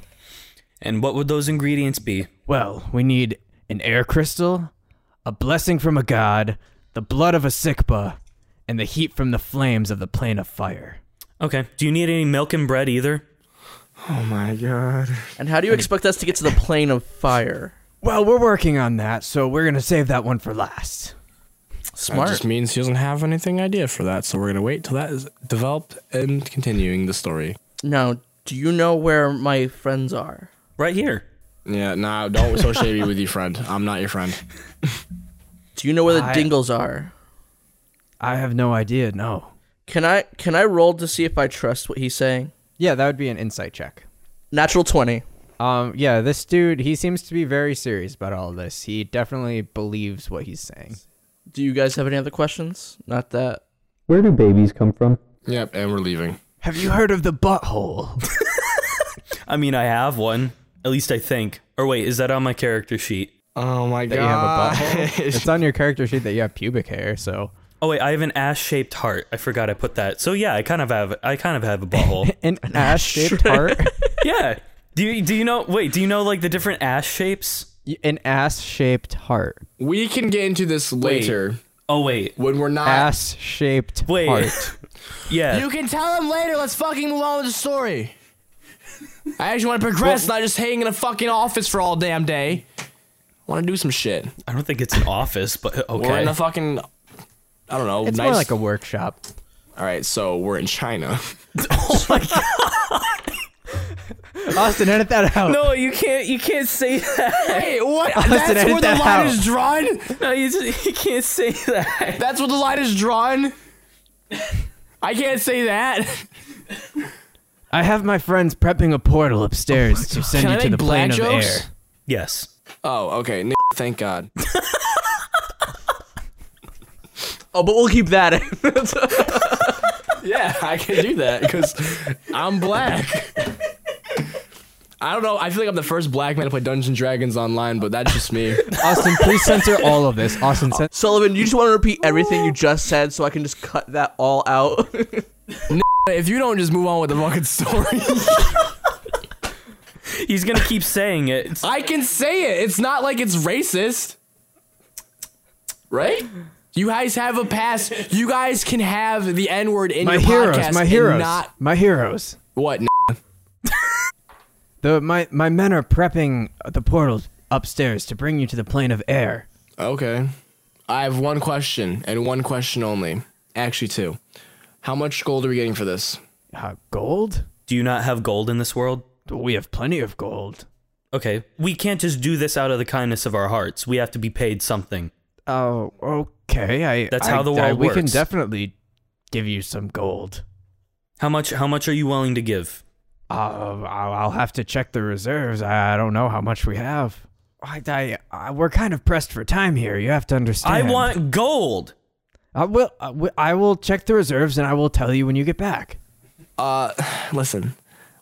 [SPEAKER 2] And what would those ingredients be?
[SPEAKER 3] Well, we need an air crystal, a blessing from a god, the blood of a Sikpa, and the heat from the flames of the plane of fire.
[SPEAKER 2] Okay. Do you need any milk and bread either?
[SPEAKER 1] Oh my god.
[SPEAKER 4] And how do you expect us to get to the plane of fire?
[SPEAKER 3] Well, we're working on that, so we're gonna save that one for last.
[SPEAKER 1] That
[SPEAKER 4] Smart.
[SPEAKER 1] just means he doesn't have anything idea for that, so we're gonna wait till that is developed and continuing the story.
[SPEAKER 4] Now, do you know where my friends are?
[SPEAKER 2] Right here.
[SPEAKER 1] Yeah, nah, don't associate me with your friend. I'm not your friend.
[SPEAKER 4] Do you know where the
[SPEAKER 3] I-
[SPEAKER 4] dingles are?
[SPEAKER 3] I have no idea, no.
[SPEAKER 4] Can I can I roll to see if I trust what he's saying?
[SPEAKER 3] Yeah, that would be an insight check.
[SPEAKER 4] Natural twenty.
[SPEAKER 3] Um, yeah, this dude, he seems to be very serious about all this. He definitely believes what he's saying.
[SPEAKER 4] Do you guys have any other questions? Not that.
[SPEAKER 7] Where do babies come from?
[SPEAKER 1] Yep, and we're leaving.
[SPEAKER 3] Have you heard of the butthole?
[SPEAKER 2] I mean, I have one. At least I think. Or wait, is that on my character sheet?
[SPEAKER 1] Oh my
[SPEAKER 3] that you have a butthole? it's on your character sheet that you have pubic hair, so.
[SPEAKER 2] Oh wait, I have an ass-shaped heart. I forgot I put that. So yeah, I kind of have. I kind of have a butthole.
[SPEAKER 3] An ass shaped heart?
[SPEAKER 2] yeah. Do you do you know? Wait, do you know like the different ass shapes?
[SPEAKER 3] An ass shaped heart.
[SPEAKER 1] We can get into this later
[SPEAKER 2] Oh wait,
[SPEAKER 1] when we're not.
[SPEAKER 3] ass shaped
[SPEAKER 2] wait.
[SPEAKER 3] heart.
[SPEAKER 2] yeah.
[SPEAKER 1] You can tell him later. Let's fucking move on with the story. I actually want to progress, not just hang in a fucking office for all damn day. I want to do some shit.
[SPEAKER 2] I don't think it's an office, but okay.
[SPEAKER 1] We're in a fucking. I don't know.
[SPEAKER 3] It's
[SPEAKER 1] nice.
[SPEAKER 3] more like a workshop.
[SPEAKER 1] all right, so we're in China.
[SPEAKER 2] oh my god!
[SPEAKER 3] Austin, edit that out.
[SPEAKER 2] No, you can't. You can't say that.
[SPEAKER 1] Wait, what?
[SPEAKER 3] Austin, edit that out.
[SPEAKER 1] drawn.
[SPEAKER 2] No, you, just, you can't say that.
[SPEAKER 1] That's where the line is drawn. I can't say that.
[SPEAKER 3] I have my friends prepping a portal upstairs to send
[SPEAKER 1] Can I
[SPEAKER 3] you to
[SPEAKER 1] make
[SPEAKER 3] the plane
[SPEAKER 1] black
[SPEAKER 3] of air.
[SPEAKER 1] jokes?
[SPEAKER 2] Yes.
[SPEAKER 1] Oh, okay. N- thank God.
[SPEAKER 4] Oh, but we'll keep that in.
[SPEAKER 1] Yeah, I can do that because I'm black. I don't know. I feel like I'm the first black man to play Dungeons and Dragons online, but that's just me.
[SPEAKER 3] Austin, please censor all of this. Austin, cen-
[SPEAKER 4] Sullivan, you just want to repeat everything you just said, so I can just cut that all out.
[SPEAKER 1] if you don't just move on with the fucking story,
[SPEAKER 2] He's gonna keep saying it. It's-
[SPEAKER 1] I can say it. It's not like it's racist, right? You guys have a past. You guys can have the N word in
[SPEAKER 3] my
[SPEAKER 1] your
[SPEAKER 3] heroes,
[SPEAKER 1] podcast
[SPEAKER 3] my heroes,
[SPEAKER 1] and not
[SPEAKER 3] my heroes.
[SPEAKER 1] what. n-
[SPEAKER 3] The my my men are prepping the portal upstairs to bring you to the plane of air.
[SPEAKER 1] Okay. I have one question and one question only. Actually, two. How much gold are we getting for this?
[SPEAKER 3] Uh, gold?
[SPEAKER 2] Do you not have gold in this world?
[SPEAKER 3] We have plenty of gold.
[SPEAKER 2] Okay, we can't just do this out of the kindness of our hearts. We have to be paid something.
[SPEAKER 3] Oh, okay. I
[SPEAKER 2] That's
[SPEAKER 3] I-
[SPEAKER 2] how the
[SPEAKER 3] I-
[SPEAKER 2] world
[SPEAKER 3] We can
[SPEAKER 2] works.
[SPEAKER 3] definitely give you some gold.
[SPEAKER 2] How much? How much are you willing to give?
[SPEAKER 3] Uh, I'll I'll have to check the reserves. I I don't know how much we have. I, I, I we're kind of pressed for time here. You have to understand.
[SPEAKER 2] I want gold.
[SPEAKER 3] I will. I will- I will check the reserves, and I will tell you when you get back.
[SPEAKER 1] Uh, listen,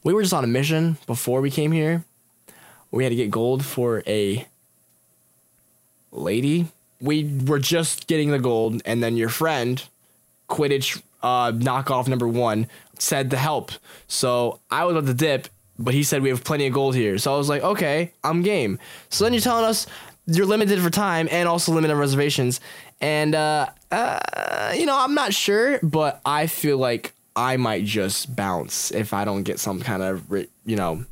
[SPEAKER 1] we were just on a mission before we came here. We had to get gold for a lady. We were just getting the gold, and then your friend, Quidditch uh, knockoff number one, said to help. So I was about to dip, but he said we have plenty of gold here. So I was like, okay, I'm game. So then you're telling us you're limited for time and also limited on reservations, and uh, uh, you know I'm not sure, but I feel like I might just bounce if I don't get some kind of ri- you know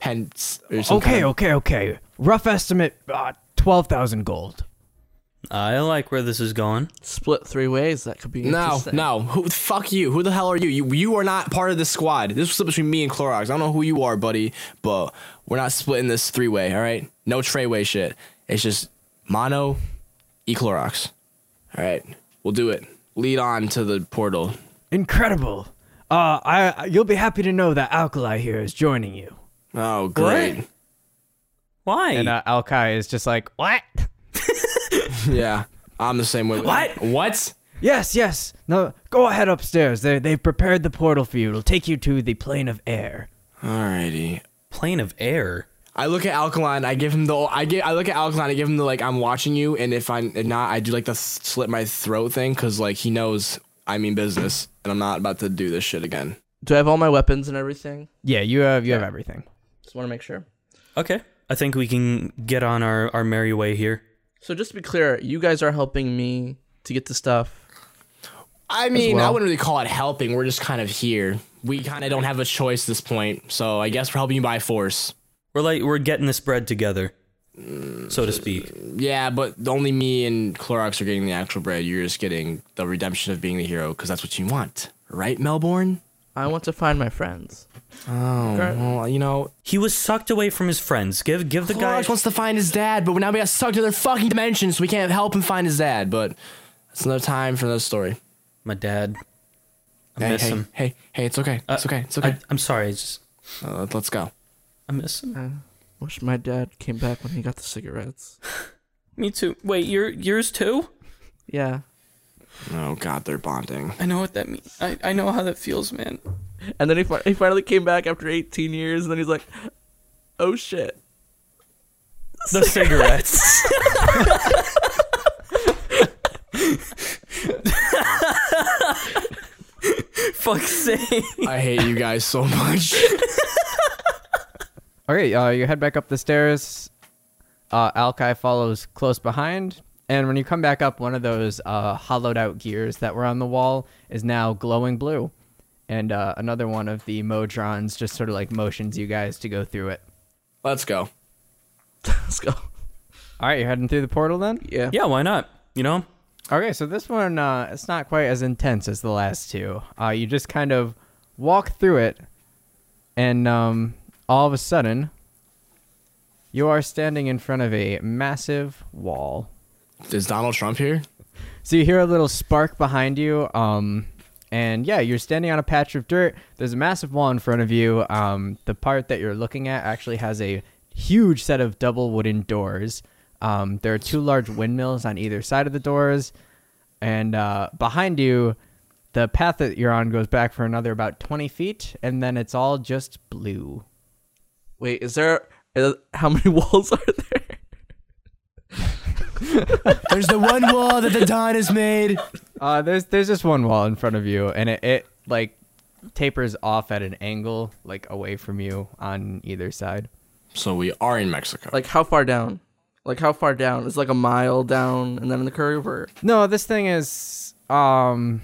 [SPEAKER 1] pence or some
[SPEAKER 3] okay,
[SPEAKER 1] kind of-
[SPEAKER 3] okay, okay. Rough estimate: uh, twelve thousand gold.
[SPEAKER 2] I like where this is going.
[SPEAKER 4] Split three ways. That could be
[SPEAKER 1] No,
[SPEAKER 4] interesting.
[SPEAKER 1] no. Who fuck you? Who the hell are you? You you are not part of the squad. This was split between me and Clorox. I don't know who you are, buddy, but we're not splitting this three way. All right, no tray way shit. It's just mono, e Clorox. All right, we'll do it. Lead on to the portal.
[SPEAKER 3] Incredible. Uh, I I- you'll be happy to know that Alkali here is joining you.
[SPEAKER 1] Oh, great.
[SPEAKER 2] Why?
[SPEAKER 3] Alkai uh, is just like, what?
[SPEAKER 1] Yeah, I'm the same way.
[SPEAKER 2] What?
[SPEAKER 1] What?
[SPEAKER 3] Yes, yes. No, go ahead upstairs. They they've prepared the portal for you. It'll take you to the plane of air.
[SPEAKER 1] Alrighty.
[SPEAKER 2] Plane of air.
[SPEAKER 1] I look at Alkaline. I give him the. I get. I look at Alkaline. I give him the like. I'm watching you, and if I'm if not, I do like the th- slit my throat thing because like he knows I mean business, and I'm not about to do this shit again.
[SPEAKER 4] Do I have all my weapons and everything?
[SPEAKER 3] Yeah, you have you have everything.
[SPEAKER 4] Just want to make sure.
[SPEAKER 2] Okay, I think we can get on our our merry way here.
[SPEAKER 4] So just to be clear, you guys are helping me to get the stuff.
[SPEAKER 1] I mean, I
[SPEAKER 4] well.
[SPEAKER 1] wouldn't really call it helping. We're just kind of here. We kind of don't have a choice at this point, so I guess we're helping you by force.
[SPEAKER 2] We're like we're getting this bread together, so to speak.
[SPEAKER 1] Yeah, but only me and Clorox are getting the actual bread. You're just getting the redemption of being the hero because that's what you want, right, Melbourne?
[SPEAKER 4] I want to find my friends.
[SPEAKER 1] Oh, well, you know,
[SPEAKER 2] He was sucked away from his friends. Give give the guy.
[SPEAKER 1] Clorox wants to find his dad, but now we got stuck to their fucking dimension, so we can't help him find his dad. But it's another time for another story.
[SPEAKER 2] My dad. I
[SPEAKER 1] Hey,
[SPEAKER 2] miss
[SPEAKER 1] hey,
[SPEAKER 2] him.
[SPEAKER 1] hey, hey, it's okay. It's
[SPEAKER 2] Uh,
[SPEAKER 1] okay. It's okay.
[SPEAKER 2] I, am sorry. I just
[SPEAKER 1] uh, let's go.
[SPEAKER 2] I miss
[SPEAKER 1] Uh,
[SPEAKER 2] him.
[SPEAKER 4] Wish my dad came back when he got the cigarettes.
[SPEAKER 2] Me too. Wait, your yours too?
[SPEAKER 4] Yeah.
[SPEAKER 1] Oh God, they're bonding.
[SPEAKER 2] I know what that means. I, I know how that feels, man.
[SPEAKER 4] And then he, fi- he finally came back after 18 years, and then he's like, oh shit.
[SPEAKER 2] The cigarettes. Fuck's sake.
[SPEAKER 1] I hate you guys so much.
[SPEAKER 3] All right, uh, you head back up the stairs. Uh, Alki follows close behind, and when you come back up, one of those uh, hollowed-out gears that were on the wall is now glowing blue, and uh, another one of the Modrons just sort of like motions you guys to go through it.
[SPEAKER 1] let's go.
[SPEAKER 4] Let's go.
[SPEAKER 3] All right, you're heading through the portal then.
[SPEAKER 4] Yeah.
[SPEAKER 2] Yeah, why not? You know?
[SPEAKER 3] Okay, so this one uh, it's not quite as intense as the last two. Uh, you just kind of walk through it, and um, all of a sudden, you are standing in front of a massive wall.
[SPEAKER 1] Is Donald Trump here?
[SPEAKER 3] So you hear a little spark behind you, um, and yeah, you're standing on a patch of dirt. There's a massive wall in front of you. Um, the part that you're looking at actually has a huge set of double wooden doors. Um, there are two large windmills on either side of the doors, and uh, behind you, the path that you're on goes back for another about 20 feet, and then it's all just blue.
[SPEAKER 4] Wait, is there. uh, how many walls are there?
[SPEAKER 1] There's the one wall that the Don has made.
[SPEAKER 3] Uh, there's there's just one wall in front of you, and it, it like tapers off at an angle, like away from you on either side.
[SPEAKER 1] So we are in Mexico.
[SPEAKER 4] Like, how far down? Like, how far down? It's like a mile down, and then in the curve, or.
[SPEAKER 3] No, this thing is um,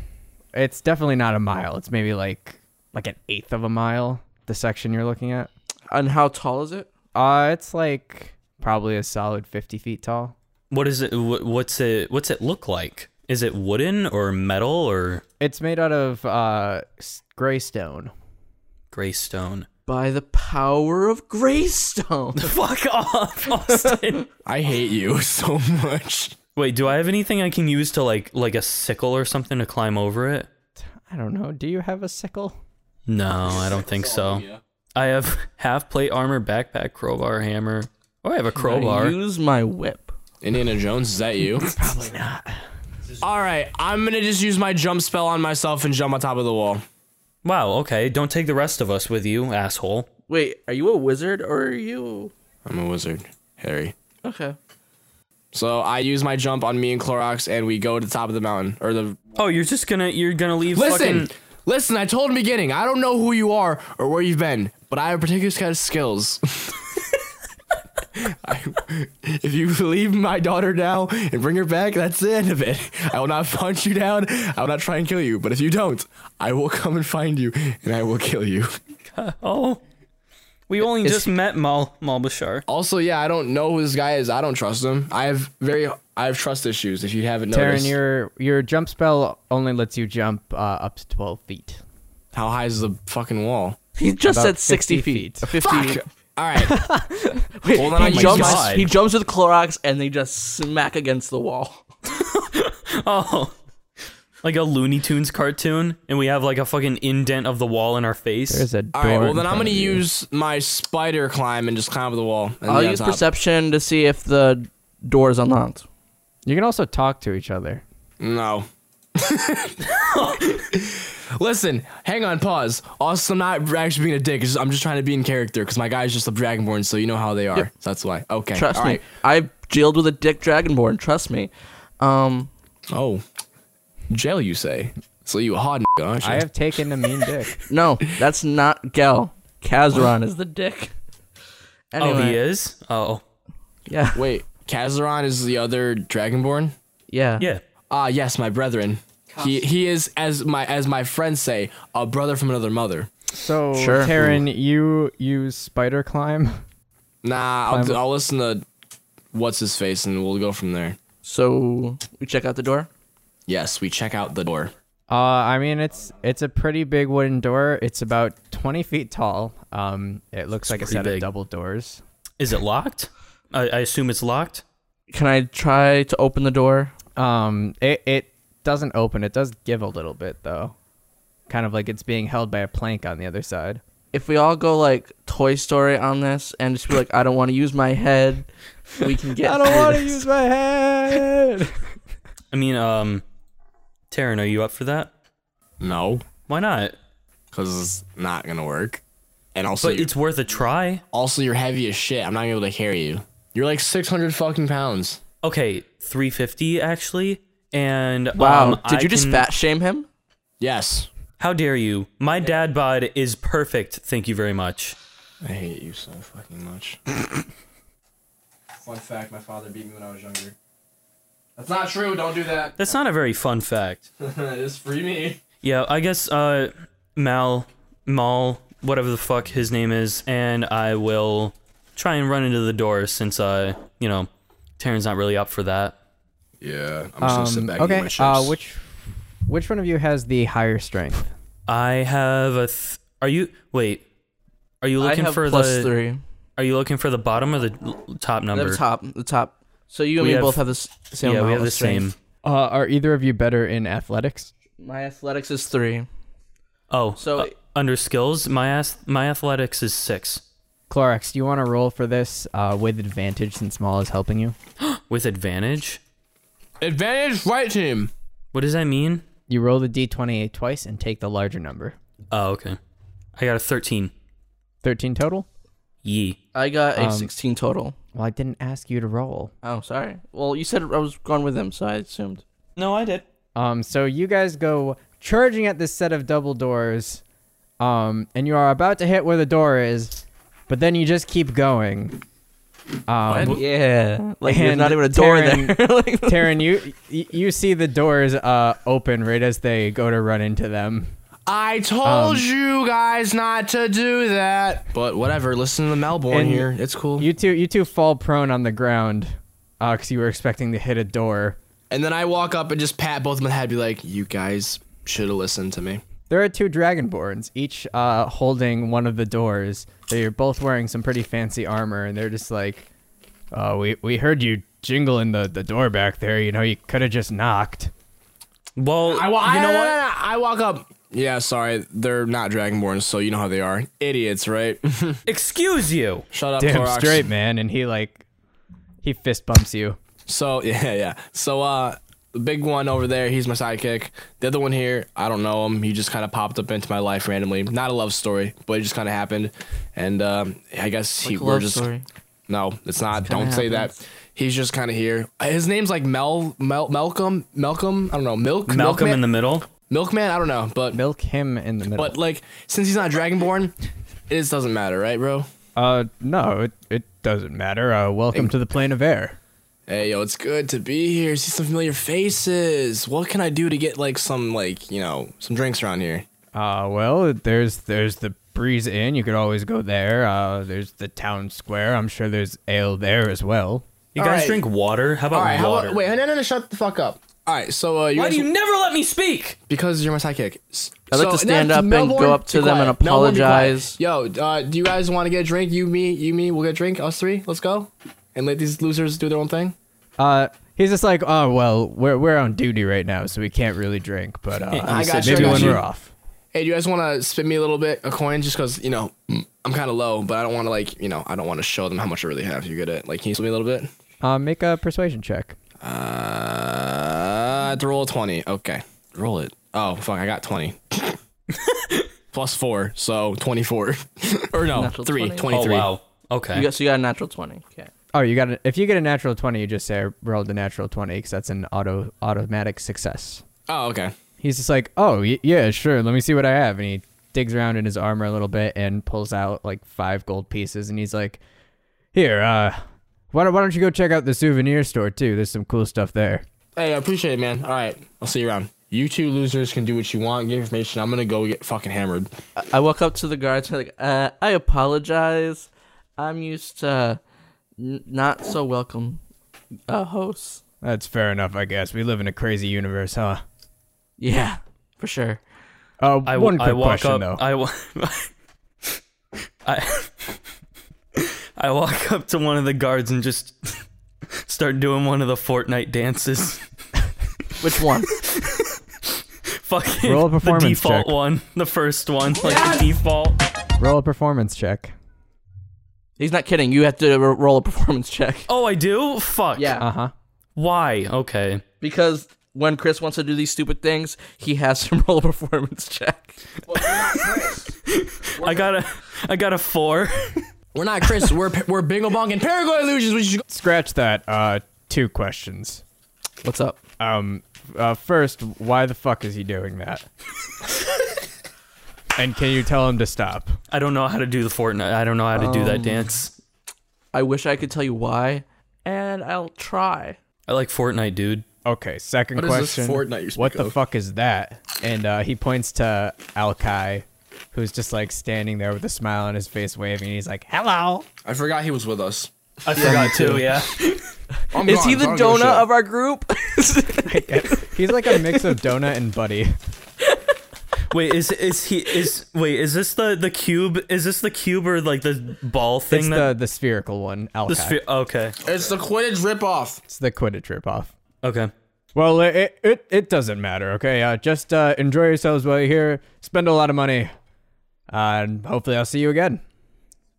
[SPEAKER 3] it's definitely not a mile. It's maybe like like an eighth of a mile. The section you're looking at.
[SPEAKER 4] And how tall is it?
[SPEAKER 3] Uh, it's like probably a solid fifty feet tall.
[SPEAKER 2] What is it wh- what's it what's it look like? Is it wooden or metal or
[SPEAKER 3] It's made out of uh s- gray stone.
[SPEAKER 2] gray stone?
[SPEAKER 4] by the power of Greystone.
[SPEAKER 2] Fuck off, Austin.
[SPEAKER 1] I hate you so much.
[SPEAKER 2] Wait, do I have anything I can use to like like a sickle or something to climb over it?
[SPEAKER 3] I don't know. Do you have a sickle?
[SPEAKER 2] No, I don't think so. I have half plate armor, backpack, crowbar, hammer. Oh, I have a
[SPEAKER 4] I
[SPEAKER 2] crowbar.
[SPEAKER 4] use my whip.
[SPEAKER 1] Indiana Jones, is that you? Probably not. All right, I'm gonna just use my jump spell on myself and jump on top of the wall.
[SPEAKER 2] Wow, okay. Don't take the rest of us with you, asshole.
[SPEAKER 4] Wait, are you a wizard or are you
[SPEAKER 1] I'm a wizard, Harry.
[SPEAKER 4] okay?
[SPEAKER 1] So I use my jump on me and Clorox, and we go to the top of the mountain or the.
[SPEAKER 2] Oh, you're just gonna you're gonna leave
[SPEAKER 1] Listen,
[SPEAKER 2] fucking
[SPEAKER 1] listen. I told in the beginning. I don't know who you are or where you've been, but I have particular kind of skills. I- if you leave my daughter now and bring her back, that's the end of it. I will not hunt you down. I will not try and kill you. But if you don't, I will come and find you and I will kill you.
[SPEAKER 2] Oh. We only just met Mal Malbashar.
[SPEAKER 1] Also, yeah, I don't know who this guy is. I don't trust him. I have very I have trust issues. If you haven't noticed,
[SPEAKER 3] Taryn, your your jump spell only lets you jump uh, up to twelve feet.
[SPEAKER 1] how high is the fucking wall?
[SPEAKER 4] He just
[SPEAKER 3] About
[SPEAKER 4] said sixty
[SPEAKER 3] 50
[SPEAKER 4] feet.
[SPEAKER 3] feet.
[SPEAKER 4] Fifty.
[SPEAKER 1] Fuck. All right.
[SPEAKER 4] Wait,
[SPEAKER 1] Well, then
[SPEAKER 4] he
[SPEAKER 1] I
[SPEAKER 4] jumps.
[SPEAKER 1] guess-
[SPEAKER 4] He jumps with Clorox and they just smack against the wall.
[SPEAKER 2] Oh. Like a Looney Tunes cartoon, and we have like a fucking indent of the wall in our face.
[SPEAKER 3] There's a
[SPEAKER 1] All
[SPEAKER 3] door
[SPEAKER 1] right. Well,
[SPEAKER 3] in
[SPEAKER 1] then I'm
[SPEAKER 3] front
[SPEAKER 1] gonna
[SPEAKER 3] of you.
[SPEAKER 1] use my spider climb and just climb up the wall. And
[SPEAKER 4] I'll
[SPEAKER 1] be on
[SPEAKER 4] use
[SPEAKER 1] top.
[SPEAKER 4] perception to see if the door is unlocked.
[SPEAKER 3] You can also talk to each other.
[SPEAKER 1] No. Listen, hang on, pause. Also, I'm not actually being a dick. it's just- I'm just trying to be in character because my guy's just a dragonborn, so you know how they are. So that's why. Okay.
[SPEAKER 4] Trust
[SPEAKER 1] all
[SPEAKER 4] me.
[SPEAKER 1] right.
[SPEAKER 4] I've jailed with a dick dragonborn. Trust me. Um,
[SPEAKER 1] Oh, jail, you say? So you a hard n- aren't you?
[SPEAKER 3] I have taken the mean dick.
[SPEAKER 4] no, that's not Gel. Kazaron is the dick.
[SPEAKER 2] oh,
[SPEAKER 4] Anyway,
[SPEAKER 2] he is? Oh.
[SPEAKER 4] Yeah,
[SPEAKER 1] Wait, Kazaron is the other dragonborn.
[SPEAKER 4] yeah,
[SPEAKER 2] Yeah.
[SPEAKER 1] Ah, yes, my brethren. He he is as my as my friends say, a brother from another mother.
[SPEAKER 3] So,
[SPEAKER 4] Sure.
[SPEAKER 3] Taryn, you use spider climb.
[SPEAKER 1] Nah, I'll,
[SPEAKER 3] Climb-
[SPEAKER 1] I'll listen to what's his face, and we'll go from there.
[SPEAKER 4] So we check out the door.
[SPEAKER 1] Yes, we check out the door.
[SPEAKER 3] Uh, I mean it's it's a pretty big wooden door. It's about twenty feet tall. Um, it looks like a
[SPEAKER 2] pretty
[SPEAKER 3] set
[SPEAKER 2] big.
[SPEAKER 3] of double doors.
[SPEAKER 2] Is it locked? I, I assume it's locked.
[SPEAKER 4] Can I try to open the door?
[SPEAKER 3] Um, it it doesn't open. It does give a little bit though, kind of like it's being held by a plank on the other side.
[SPEAKER 4] If we all go like Toy Story on this and just be like, I don't want to use my head, we can get.
[SPEAKER 3] I don't
[SPEAKER 4] through
[SPEAKER 3] want to
[SPEAKER 4] this.
[SPEAKER 3] use my head.
[SPEAKER 2] I mean, um Taryn, are you up for that?
[SPEAKER 1] No,
[SPEAKER 2] Why not?
[SPEAKER 1] because it's not gonna work. And also,
[SPEAKER 2] But
[SPEAKER 1] you're,
[SPEAKER 2] it's worth a try.
[SPEAKER 1] also you're heavy as shit. I'm not gonna be able to carry you. You're like 600 fucking pounds.
[SPEAKER 2] Okay, 350 actually. And
[SPEAKER 4] Wow!
[SPEAKER 2] um,
[SPEAKER 4] Did
[SPEAKER 2] I
[SPEAKER 4] you just
[SPEAKER 2] can-
[SPEAKER 4] fat shame him?
[SPEAKER 1] Yes.
[SPEAKER 2] How dare you? My dad bod is perfect. Thank you very much.
[SPEAKER 1] I hate you so fucking much. Fun fact: My father beat me when I was younger. That's not true. Don't do that.
[SPEAKER 2] That's not a very fun fact.
[SPEAKER 1] it's free me.
[SPEAKER 2] Yeah, I guess uh Mal Mal whatever the fuck his name is and I will try and run into the door since uh, you know, Taryn's not really up for that.
[SPEAKER 1] Yeah, I'm just
[SPEAKER 3] Um, okay. Uh, which which one of you has the higher strength?
[SPEAKER 2] I have a th- Are you wait. Are you
[SPEAKER 4] I
[SPEAKER 2] looking
[SPEAKER 4] have
[SPEAKER 2] for
[SPEAKER 4] plus
[SPEAKER 2] the
[SPEAKER 4] three.
[SPEAKER 2] Are you looking for the bottom or the l- top number?
[SPEAKER 4] The top, the top. So you and
[SPEAKER 2] We
[SPEAKER 4] me
[SPEAKER 2] have-
[SPEAKER 4] both have the s- same.
[SPEAKER 2] yeah, we
[SPEAKER 4] amount
[SPEAKER 2] have
[SPEAKER 4] of
[SPEAKER 2] the
[SPEAKER 4] strength.
[SPEAKER 2] same.
[SPEAKER 3] Uh, are either of you better in athletics?
[SPEAKER 4] My athletics is three.
[SPEAKER 2] Oh,
[SPEAKER 4] So-
[SPEAKER 2] so under skills, my ass, my athletics is six
[SPEAKER 3] Clorox, do you want to roll for this uh, with advantage since Maul is helping you?
[SPEAKER 2] with advantage.
[SPEAKER 1] advantage right team.
[SPEAKER 2] What does that mean?
[SPEAKER 3] You roll the d28 twice and take the larger number.
[SPEAKER 2] Oh, okay. I got a thirteen.
[SPEAKER 3] 13 total?
[SPEAKER 2] Yee.
[SPEAKER 4] I got a
[SPEAKER 3] Um,
[SPEAKER 4] 16 total.
[SPEAKER 3] Well, I didn't ask you to roll.
[SPEAKER 4] Oh, sorry. Well, you said I was going with them, so I assumed.
[SPEAKER 2] No, I did.
[SPEAKER 3] Um, so you guys go charging at this set of double doors, um, and you are about to hit where the door is, but then you just keep going. Um,
[SPEAKER 4] Yeah, like there's
[SPEAKER 3] And
[SPEAKER 4] not even a door
[SPEAKER 3] Taryn-
[SPEAKER 4] there. like,
[SPEAKER 3] Taryn, you y- you see the doors uh, open right as they go to run into them.
[SPEAKER 1] I told you guys not to do that. Um, But whatever. Listen to the Melbourne
[SPEAKER 3] And
[SPEAKER 1] here. It's cool.
[SPEAKER 3] You two, you two fall prone on the ground because you were expecting to hit a door.
[SPEAKER 1] and then I walk up and just pat both of them on the head, be like, "You guys should have listened to me."
[SPEAKER 3] There are two dragonborns, each uh, holding one of the doors. They're both wearing some pretty fancy armor, and they're just like, "Oh, we we heard you jingling the the door back there. You know, you could have just knocked."
[SPEAKER 2] Well,
[SPEAKER 1] I, wa-
[SPEAKER 2] you know what?
[SPEAKER 1] I walk up. Yeah, sorry, they're not Dragonborn, so you know how they are. Idiots, right?
[SPEAKER 2] Excuse you.
[SPEAKER 1] Shut up,
[SPEAKER 3] Damn
[SPEAKER 1] Clorox.
[SPEAKER 3] straight, man. And he like, he fist bumps you.
[SPEAKER 1] So yeah, yeah. So uh, the big one over there, he's my sidekick. The other one here, I don't know him. He just kind of popped up into my life randomly. Not a love story, but it just kind of happened. And um, I guess he
[SPEAKER 4] Like a
[SPEAKER 1] we're
[SPEAKER 4] love
[SPEAKER 1] just
[SPEAKER 4] story.
[SPEAKER 1] no, it's not.
[SPEAKER 4] kinda
[SPEAKER 1] Don't say
[SPEAKER 4] happens.
[SPEAKER 1] that. He's just kind of here. His name's like Mel, Mel, Malcolm, Malcolm. I don't know. Milk,
[SPEAKER 2] Malcolm
[SPEAKER 1] Milkman?
[SPEAKER 2] in the middle.
[SPEAKER 1] Milkman. I don't know, but
[SPEAKER 3] Milk him in the middle.
[SPEAKER 1] but like since he's not Dragonborn, it just doesn't matter, right, bro?
[SPEAKER 3] Uh, no, it it doesn't matter. Uh, welcome to the plane of air.
[SPEAKER 1] Hey yo, it's good to be here. See some familiar faces. What can I do to get like some like you know some drinks around here?
[SPEAKER 3] Uh, well, there's there's the Breeze Inn. You could always go there. Uh, there's the town square. I'm sure there's ale there as well.
[SPEAKER 2] You
[SPEAKER 1] All
[SPEAKER 2] guys
[SPEAKER 1] right.
[SPEAKER 2] drink water? How about
[SPEAKER 1] All right, how
[SPEAKER 2] water?
[SPEAKER 1] about, wait, no, no, no, shut the fuck up. All right, so uh, you
[SPEAKER 2] Why
[SPEAKER 1] guys-
[SPEAKER 2] do you never let me speak?
[SPEAKER 1] because you're my sidekick. S-
[SPEAKER 4] I'd like
[SPEAKER 1] so-
[SPEAKER 4] to stand
[SPEAKER 1] no,
[SPEAKER 4] up and
[SPEAKER 1] Melbourne,
[SPEAKER 4] go up to
[SPEAKER 1] be
[SPEAKER 4] them and
[SPEAKER 1] quiet. Melbourne, be quiet.
[SPEAKER 4] apologize.
[SPEAKER 1] Yo, uh, do you guys want to get a drink? You, me, you, me. We'll get a drink. Us three. Let's go, and let these losers do their own thing.
[SPEAKER 3] Uh, he's just like, oh well, we're we're on duty right now, so we can't really drink. But uh,
[SPEAKER 1] I got you, I
[SPEAKER 3] maybe
[SPEAKER 1] got
[SPEAKER 3] when
[SPEAKER 1] you.
[SPEAKER 3] we're off.
[SPEAKER 1] Hey, do you guys want to spit me a little bit a coin? Just because you know I'm kind of low, but I don't want to like you know I don't want to show them how much I really have. You get it? Like, can you spit me a little bit?
[SPEAKER 3] Uh, make a persuasion check.
[SPEAKER 1] Uh, I have to roll a twenty. Okay, roll it. Oh fuck, I got twenty. Plus four, so twenty-four, or no,
[SPEAKER 4] Natural
[SPEAKER 1] three,
[SPEAKER 4] 20.
[SPEAKER 2] Oh
[SPEAKER 1] 23.
[SPEAKER 2] wow. Okay.
[SPEAKER 4] You got so you got a natural twenty. Okay.
[SPEAKER 3] Oh, you got it. If you get a natural twenty, you just say I rolled a natural twenty because that's an auto automatic success.
[SPEAKER 1] Oh, okay.
[SPEAKER 3] He's just like, oh y- yeah, sure. Let me see what I have, and he digs around in his armor a little bit and pulls out like five gold pieces, and he's like, here, uh, why don't, why don't you go check out the souvenir store too? There's some cool stuff there.
[SPEAKER 1] Hey, I appreciate it, man. All right, I'll see you around. You two losers can do what you want. Get information. I'm gonna go get fucking hammered.
[SPEAKER 4] I walk up to the guards and I'm like, uh, I apologize. I'm used to n- not so welcome uh, hosts.
[SPEAKER 3] That's fair enough, I guess. We live in a crazy universe, huh?
[SPEAKER 4] Yeah, for sure.
[SPEAKER 3] Uh,
[SPEAKER 2] I,
[SPEAKER 3] one quick
[SPEAKER 2] I walk
[SPEAKER 3] question
[SPEAKER 2] up.
[SPEAKER 3] though.
[SPEAKER 2] I, wa- I, I walk up to one of the guards and just start doing one of the Fortnite dances.
[SPEAKER 4] Which one?
[SPEAKER 2] Fucking
[SPEAKER 3] Roll a performance
[SPEAKER 2] the default
[SPEAKER 3] check.
[SPEAKER 2] one, the first one, like the default.
[SPEAKER 3] Roll a performance check.
[SPEAKER 4] He's not kidding. You have to r- roll a performance check. Uh-huh.
[SPEAKER 2] Oh, I do. Fuck.
[SPEAKER 4] Yeah,
[SPEAKER 3] Uh huh.
[SPEAKER 2] Why? Okay.
[SPEAKER 4] because when Chris wants to do these stupid things, he has to roll a performance check.
[SPEAKER 2] I got a, I got a four.
[SPEAKER 1] We're not Chris. we're we're bingo bong and Paraguay illusions. We should go-
[SPEAKER 3] Scratch that. Uh, two questions.
[SPEAKER 4] What's up?
[SPEAKER 3] Um, uh, first, why the fuck is he doing that? and can you tell him to stop?
[SPEAKER 2] I don't know how to do the Fortnite. I don't know how to do that dance.
[SPEAKER 4] I wish I could tell you why, and I'll try.
[SPEAKER 2] I like Fortnite, dude.
[SPEAKER 3] Okay, second
[SPEAKER 1] What is
[SPEAKER 3] question.
[SPEAKER 1] this Fortnite you speak
[SPEAKER 3] what the
[SPEAKER 1] of?
[SPEAKER 3] fuck is that? And uh, he points to Alkai, who's just like standing there with a smile on his face, waving. He's like, "Hello."
[SPEAKER 1] I forgot he was with us.
[SPEAKER 2] I forgot too. Yeah.
[SPEAKER 1] I'm
[SPEAKER 4] Is
[SPEAKER 1] gone, so
[SPEAKER 4] he the
[SPEAKER 1] I don't give a
[SPEAKER 4] donut
[SPEAKER 1] shit.
[SPEAKER 4] of our group?
[SPEAKER 3] He's like a mix of Donut and Buddy.
[SPEAKER 2] Wait, is is he is wait, is this the the cube? Is this the cube or like the ball thing
[SPEAKER 3] It's the
[SPEAKER 2] that
[SPEAKER 3] the spherical one. Alkai.
[SPEAKER 2] the sphere? Okay.
[SPEAKER 1] It's the Quidditch ripoff.
[SPEAKER 3] It's the Quidditch ripoff.
[SPEAKER 2] Okay.
[SPEAKER 3] Well, it it, it, it doesn't matter. Okay, uh, just uh, enjoy yourselves while you're here. Spend a lot of money, uh, and hopefully I'll see you again.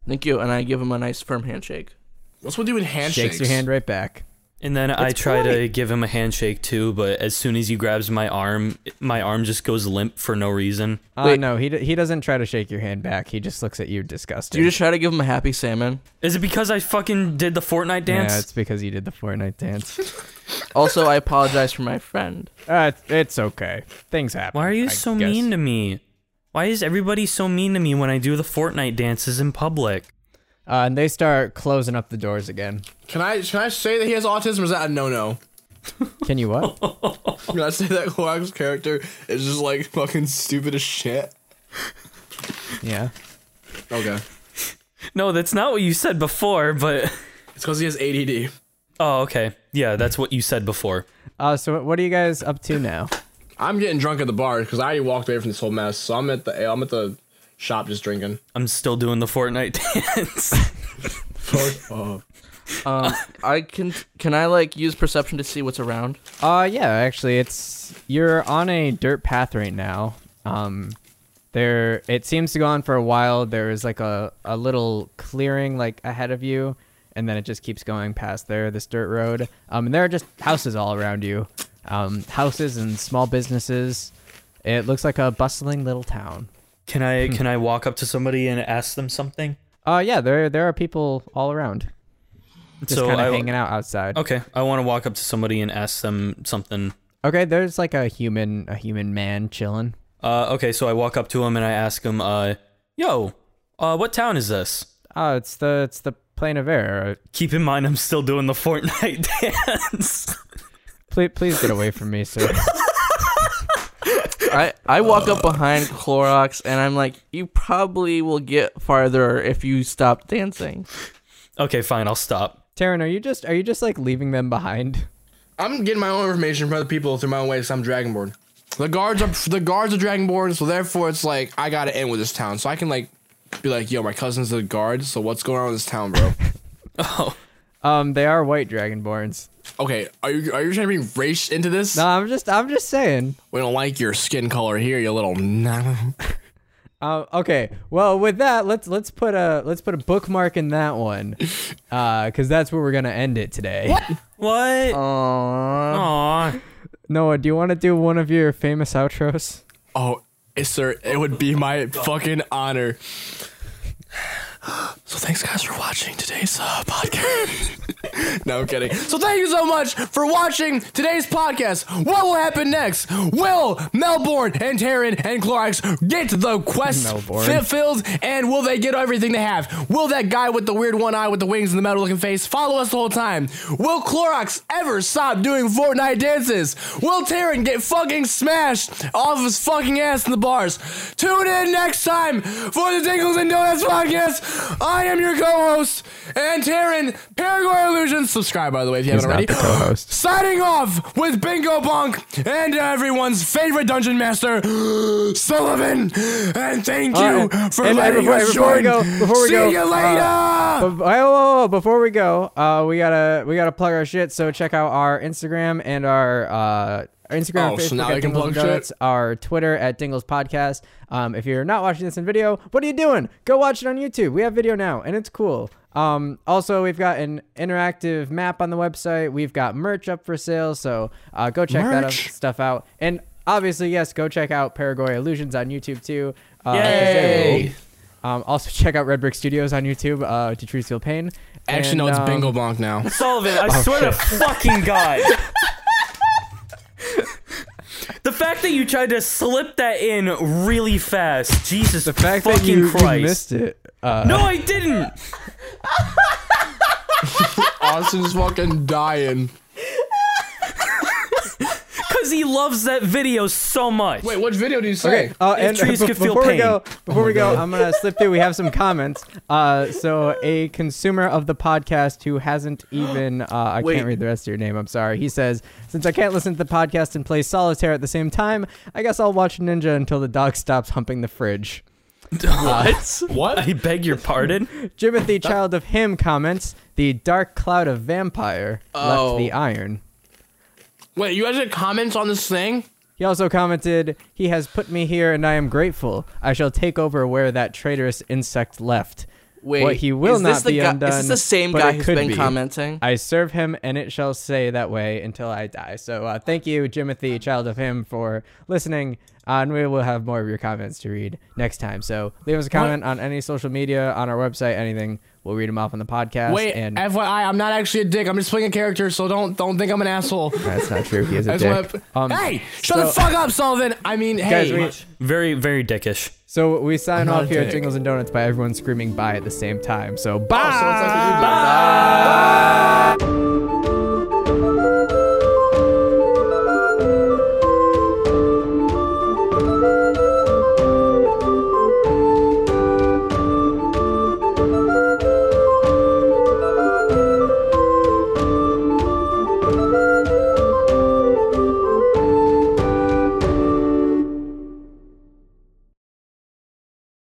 [SPEAKER 4] Thank you, and I give him a nice firm handshake.
[SPEAKER 1] What's with doing handshakes?
[SPEAKER 3] Shakes your hand right back.
[SPEAKER 2] And then I try to give him a handshake too, but as soon as he grabs my arm, my arm just goes limp for no reason.
[SPEAKER 3] Uh,
[SPEAKER 4] Wait.
[SPEAKER 3] no, he d- he doesn't try to shake your hand back. He just looks at you disgusted.
[SPEAKER 4] Do you just try to give him a happy salmon?
[SPEAKER 2] Is it because I fucking did the Fortnite dance?
[SPEAKER 3] Yeah, it's because you did the Fortnite dance.
[SPEAKER 4] Also, I apologize for my friend.
[SPEAKER 3] Uh, it's- it's okay. Things happen.
[SPEAKER 2] Why are you
[SPEAKER 3] I
[SPEAKER 2] so
[SPEAKER 3] guess.
[SPEAKER 2] mean to me? Why is everybody so mean to me when I do the Fortnite dances in public?
[SPEAKER 3] Uh, and they start closing up the doors again.
[SPEAKER 1] Can I can I say that he has autism? Or is that a no no?
[SPEAKER 3] Can you what?
[SPEAKER 1] Can I say that Quark's character is just like fucking stupid as shit?
[SPEAKER 3] yeah.
[SPEAKER 1] Okay,
[SPEAKER 2] No, that's not what you said before, but
[SPEAKER 1] it's because he has ADD.
[SPEAKER 2] Oh, okay. Yeah, that's what you said before.
[SPEAKER 3] Uh, so what are you guys up to now?
[SPEAKER 1] I'm getting drunk at the bar because I already walked away from this whole mess. So I'm at the I'm at the shop just drinking.
[SPEAKER 2] I'm still doing the Fortnite dance.
[SPEAKER 1] Fuck off.
[SPEAKER 4] Um, I can can I like use perception to see what's around?
[SPEAKER 3] Uh, yeah, actually, it's you're on a dirt path right now. Um, there it seems to go on for a while. There is like a a little clearing like ahead of you, and then it just keeps going past there. This dirt road. Um, and there are just houses all around you. Um, houses and small businesses. It looks like a bustling little town.
[SPEAKER 2] can I
[SPEAKER 3] Hmm.
[SPEAKER 2] can I walk up to somebody and ask them something?
[SPEAKER 3] Uh, yeah, there there are people all around, just kind
[SPEAKER 2] I- Oh.
[SPEAKER 3] of hanging out outside.
[SPEAKER 2] Okay, I want to walk up to somebody and ask them something.
[SPEAKER 3] Okay, there's like a human a human man chilling.
[SPEAKER 2] Uh, okay, so I walk up to him and I ask him, uh, "Yo, uh, what town is this?"
[SPEAKER 3] Oh, it's the it's the plane of air.
[SPEAKER 2] Keep in mind, I'm still doing the Fortnite dance.
[SPEAKER 3] Please, please get away from me, sir.
[SPEAKER 4] I I walk
[SPEAKER 1] Uh.
[SPEAKER 4] up behind Clorox and I'm like, you probably will get farther if you stop dancing.
[SPEAKER 2] okay, fine, I'll stop.
[SPEAKER 3] Taryn, are you just are you just like leaving them behind?
[SPEAKER 1] I'm getting my own information from other people through my own way. So I'm Dragonborn. The guards are the guards are Dragonborn, so therefore it's like I gotta end with this town, so I can like be like, yo, my cousin's the guards, so what's going on in this town, bro?
[SPEAKER 3] Um, they are white dragonborns.
[SPEAKER 1] okay, are you are you trying to be race into this?
[SPEAKER 3] No, I'm just I'm just saying.
[SPEAKER 1] We don't like your skin color here, you little. n-
[SPEAKER 3] Uh, okay. Well, with that, let's let's put a let's put a bookmark in that one, uh, because that's where we're gonna end it today.
[SPEAKER 2] What?
[SPEAKER 4] Aww.
[SPEAKER 2] Aw.
[SPEAKER 3] Noah, do you want to do one of your famous outros?
[SPEAKER 1] Oh, eh, sir, it would be my fucking honor. So thanks, guys, for watching today's uh, podcast. no, I'm kidding. So thank you so much for watching today's podcast. What will happen next? Will Melbourne and Taryn and Clorox get the quest
[SPEAKER 3] Melbourne.
[SPEAKER 1] fulfilled? And will they get everything they have? Will that guy with the weird one eye with the wings and the metal looking face follow us the whole time? Will Clorox ever stop doing Fortnite dances? Will Taryn get fucking smashed off his fucking ass in the bars? Tune in next time for the Dingles and Donuts podcast. I am your co-host and Taryn Paraguay Illusions. Subscribe by the way if you haven't already.
[SPEAKER 3] co-host.
[SPEAKER 1] Signing off with Bingo Bonk and everyone's favorite dungeon master Sullivan. And thank you for
[SPEAKER 3] and- and
[SPEAKER 1] letting
[SPEAKER 3] before-
[SPEAKER 1] us
[SPEAKER 3] before we
[SPEAKER 1] join.
[SPEAKER 3] go- before we
[SPEAKER 1] See
[SPEAKER 3] go,
[SPEAKER 1] you
[SPEAKER 3] uh,
[SPEAKER 1] later.
[SPEAKER 3] But, oh, oh, oh, before we go, uh, we gotta we gotta plug our shit. So check out our Instagram and our uh, Instagram,
[SPEAKER 1] Oh,
[SPEAKER 3] and
[SPEAKER 1] so
[SPEAKER 3] Facebook
[SPEAKER 1] now
[SPEAKER 3] at
[SPEAKER 1] I can
[SPEAKER 3] Dingles
[SPEAKER 1] plug
[SPEAKER 3] and Donuts,
[SPEAKER 1] shit?
[SPEAKER 3] our Twitter at Dingles Podcast. Um, if you're not watching this in video, what are you doing? Go watch it on YouTube. We have video now, and it's cool. Um, also, we've got an interactive map on the website. We've got merch up for sale, so uh, go check that up,
[SPEAKER 1] Merch.
[SPEAKER 3] stuff out. And obviously, yes, go check out Paraguay Illusions on YouTube too. Uh,
[SPEAKER 2] Yay!
[SPEAKER 3] um, also, check out Red Brick Studios on YouTube uh, to truth feel pain.
[SPEAKER 1] Actually,
[SPEAKER 3] And,
[SPEAKER 1] no, it's
[SPEAKER 3] um,
[SPEAKER 1] Bingo Bonk now.
[SPEAKER 2] Sullivan, I swear to fucking God. the fact that you tried to slip that in really fast, Jesus
[SPEAKER 3] The fact
[SPEAKER 2] fucking
[SPEAKER 3] that you, you
[SPEAKER 2] Christ.
[SPEAKER 3] missed it. Uh,
[SPEAKER 2] no, I didn't.
[SPEAKER 1] Austin's fucking dying.
[SPEAKER 2] Because he loves that video so much.
[SPEAKER 1] Wait, what video do you say?
[SPEAKER 3] uh,
[SPEAKER 2] If
[SPEAKER 3] and
[SPEAKER 2] trees
[SPEAKER 3] be-
[SPEAKER 2] could feel
[SPEAKER 3] before we
[SPEAKER 2] pain.
[SPEAKER 3] go, before we go, I'm gonna slip through. We have some comments. Uh, so a consumer of the podcast who hasn't even uh, I
[SPEAKER 4] Wait.
[SPEAKER 3] can't read the rest of your name. I'm sorry. He says, since I can't listen to the podcast and play solitaire at the same time, I guess I'll watch Ninja until the dog stops humping the fridge.
[SPEAKER 2] What?
[SPEAKER 1] what?
[SPEAKER 2] I beg your pardon?
[SPEAKER 3] Jimothy Child of Him comments, the dark cloud of vampire
[SPEAKER 4] Oh.
[SPEAKER 3] left the iron.
[SPEAKER 1] Wait, you guys had comments on this thing?
[SPEAKER 3] He also commented, He has put me here and I am grateful. I shall take over where that traitorous insect left.
[SPEAKER 4] Wait,
[SPEAKER 3] what he will
[SPEAKER 4] is
[SPEAKER 3] not
[SPEAKER 4] this the
[SPEAKER 3] be
[SPEAKER 4] guy,
[SPEAKER 3] undone.
[SPEAKER 4] Is this the same
[SPEAKER 3] but
[SPEAKER 4] guy
[SPEAKER 3] it
[SPEAKER 4] who's
[SPEAKER 3] could
[SPEAKER 4] been
[SPEAKER 3] be.
[SPEAKER 4] commenting?
[SPEAKER 3] I serve him and it shall say that way until I die. So uh, thank you, Jimothy, child of him, for listening. Uh, and we will have more of your comments to read next time. So leave us a comment on any social media, on our website, anything. We'll read them off on the podcast.
[SPEAKER 1] Wait,
[SPEAKER 3] and
[SPEAKER 1] FYI, I'm not actually a dick. I'm just playing a character, so don't don't think I'm an asshole.
[SPEAKER 3] that's not true. He is a
[SPEAKER 1] That's
[SPEAKER 3] dick.
[SPEAKER 1] what I-
[SPEAKER 3] Um,
[SPEAKER 1] hey, shut the
[SPEAKER 3] so-
[SPEAKER 1] fuck up, Sullivan. I mean, hey,
[SPEAKER 3] Guys, we-
[SPEAKER 2] Very, very dickish.
[SPEAKER 3] So we sign
[SPEAKER 1] not
[SPEAKER 3] off
[SPEAKER 1] a
[SPEAKER 3] here at
[SPEAKER 1] dick.
[SPEAKER 3] Jingles and Donuts by everyone screaming bye at the same time. So
[SPEAKER 4] Oh,
[SPEAKER 3] bye.
[SPEAKER 4] so it's like we did that.
[SPEAKER 3] Bye.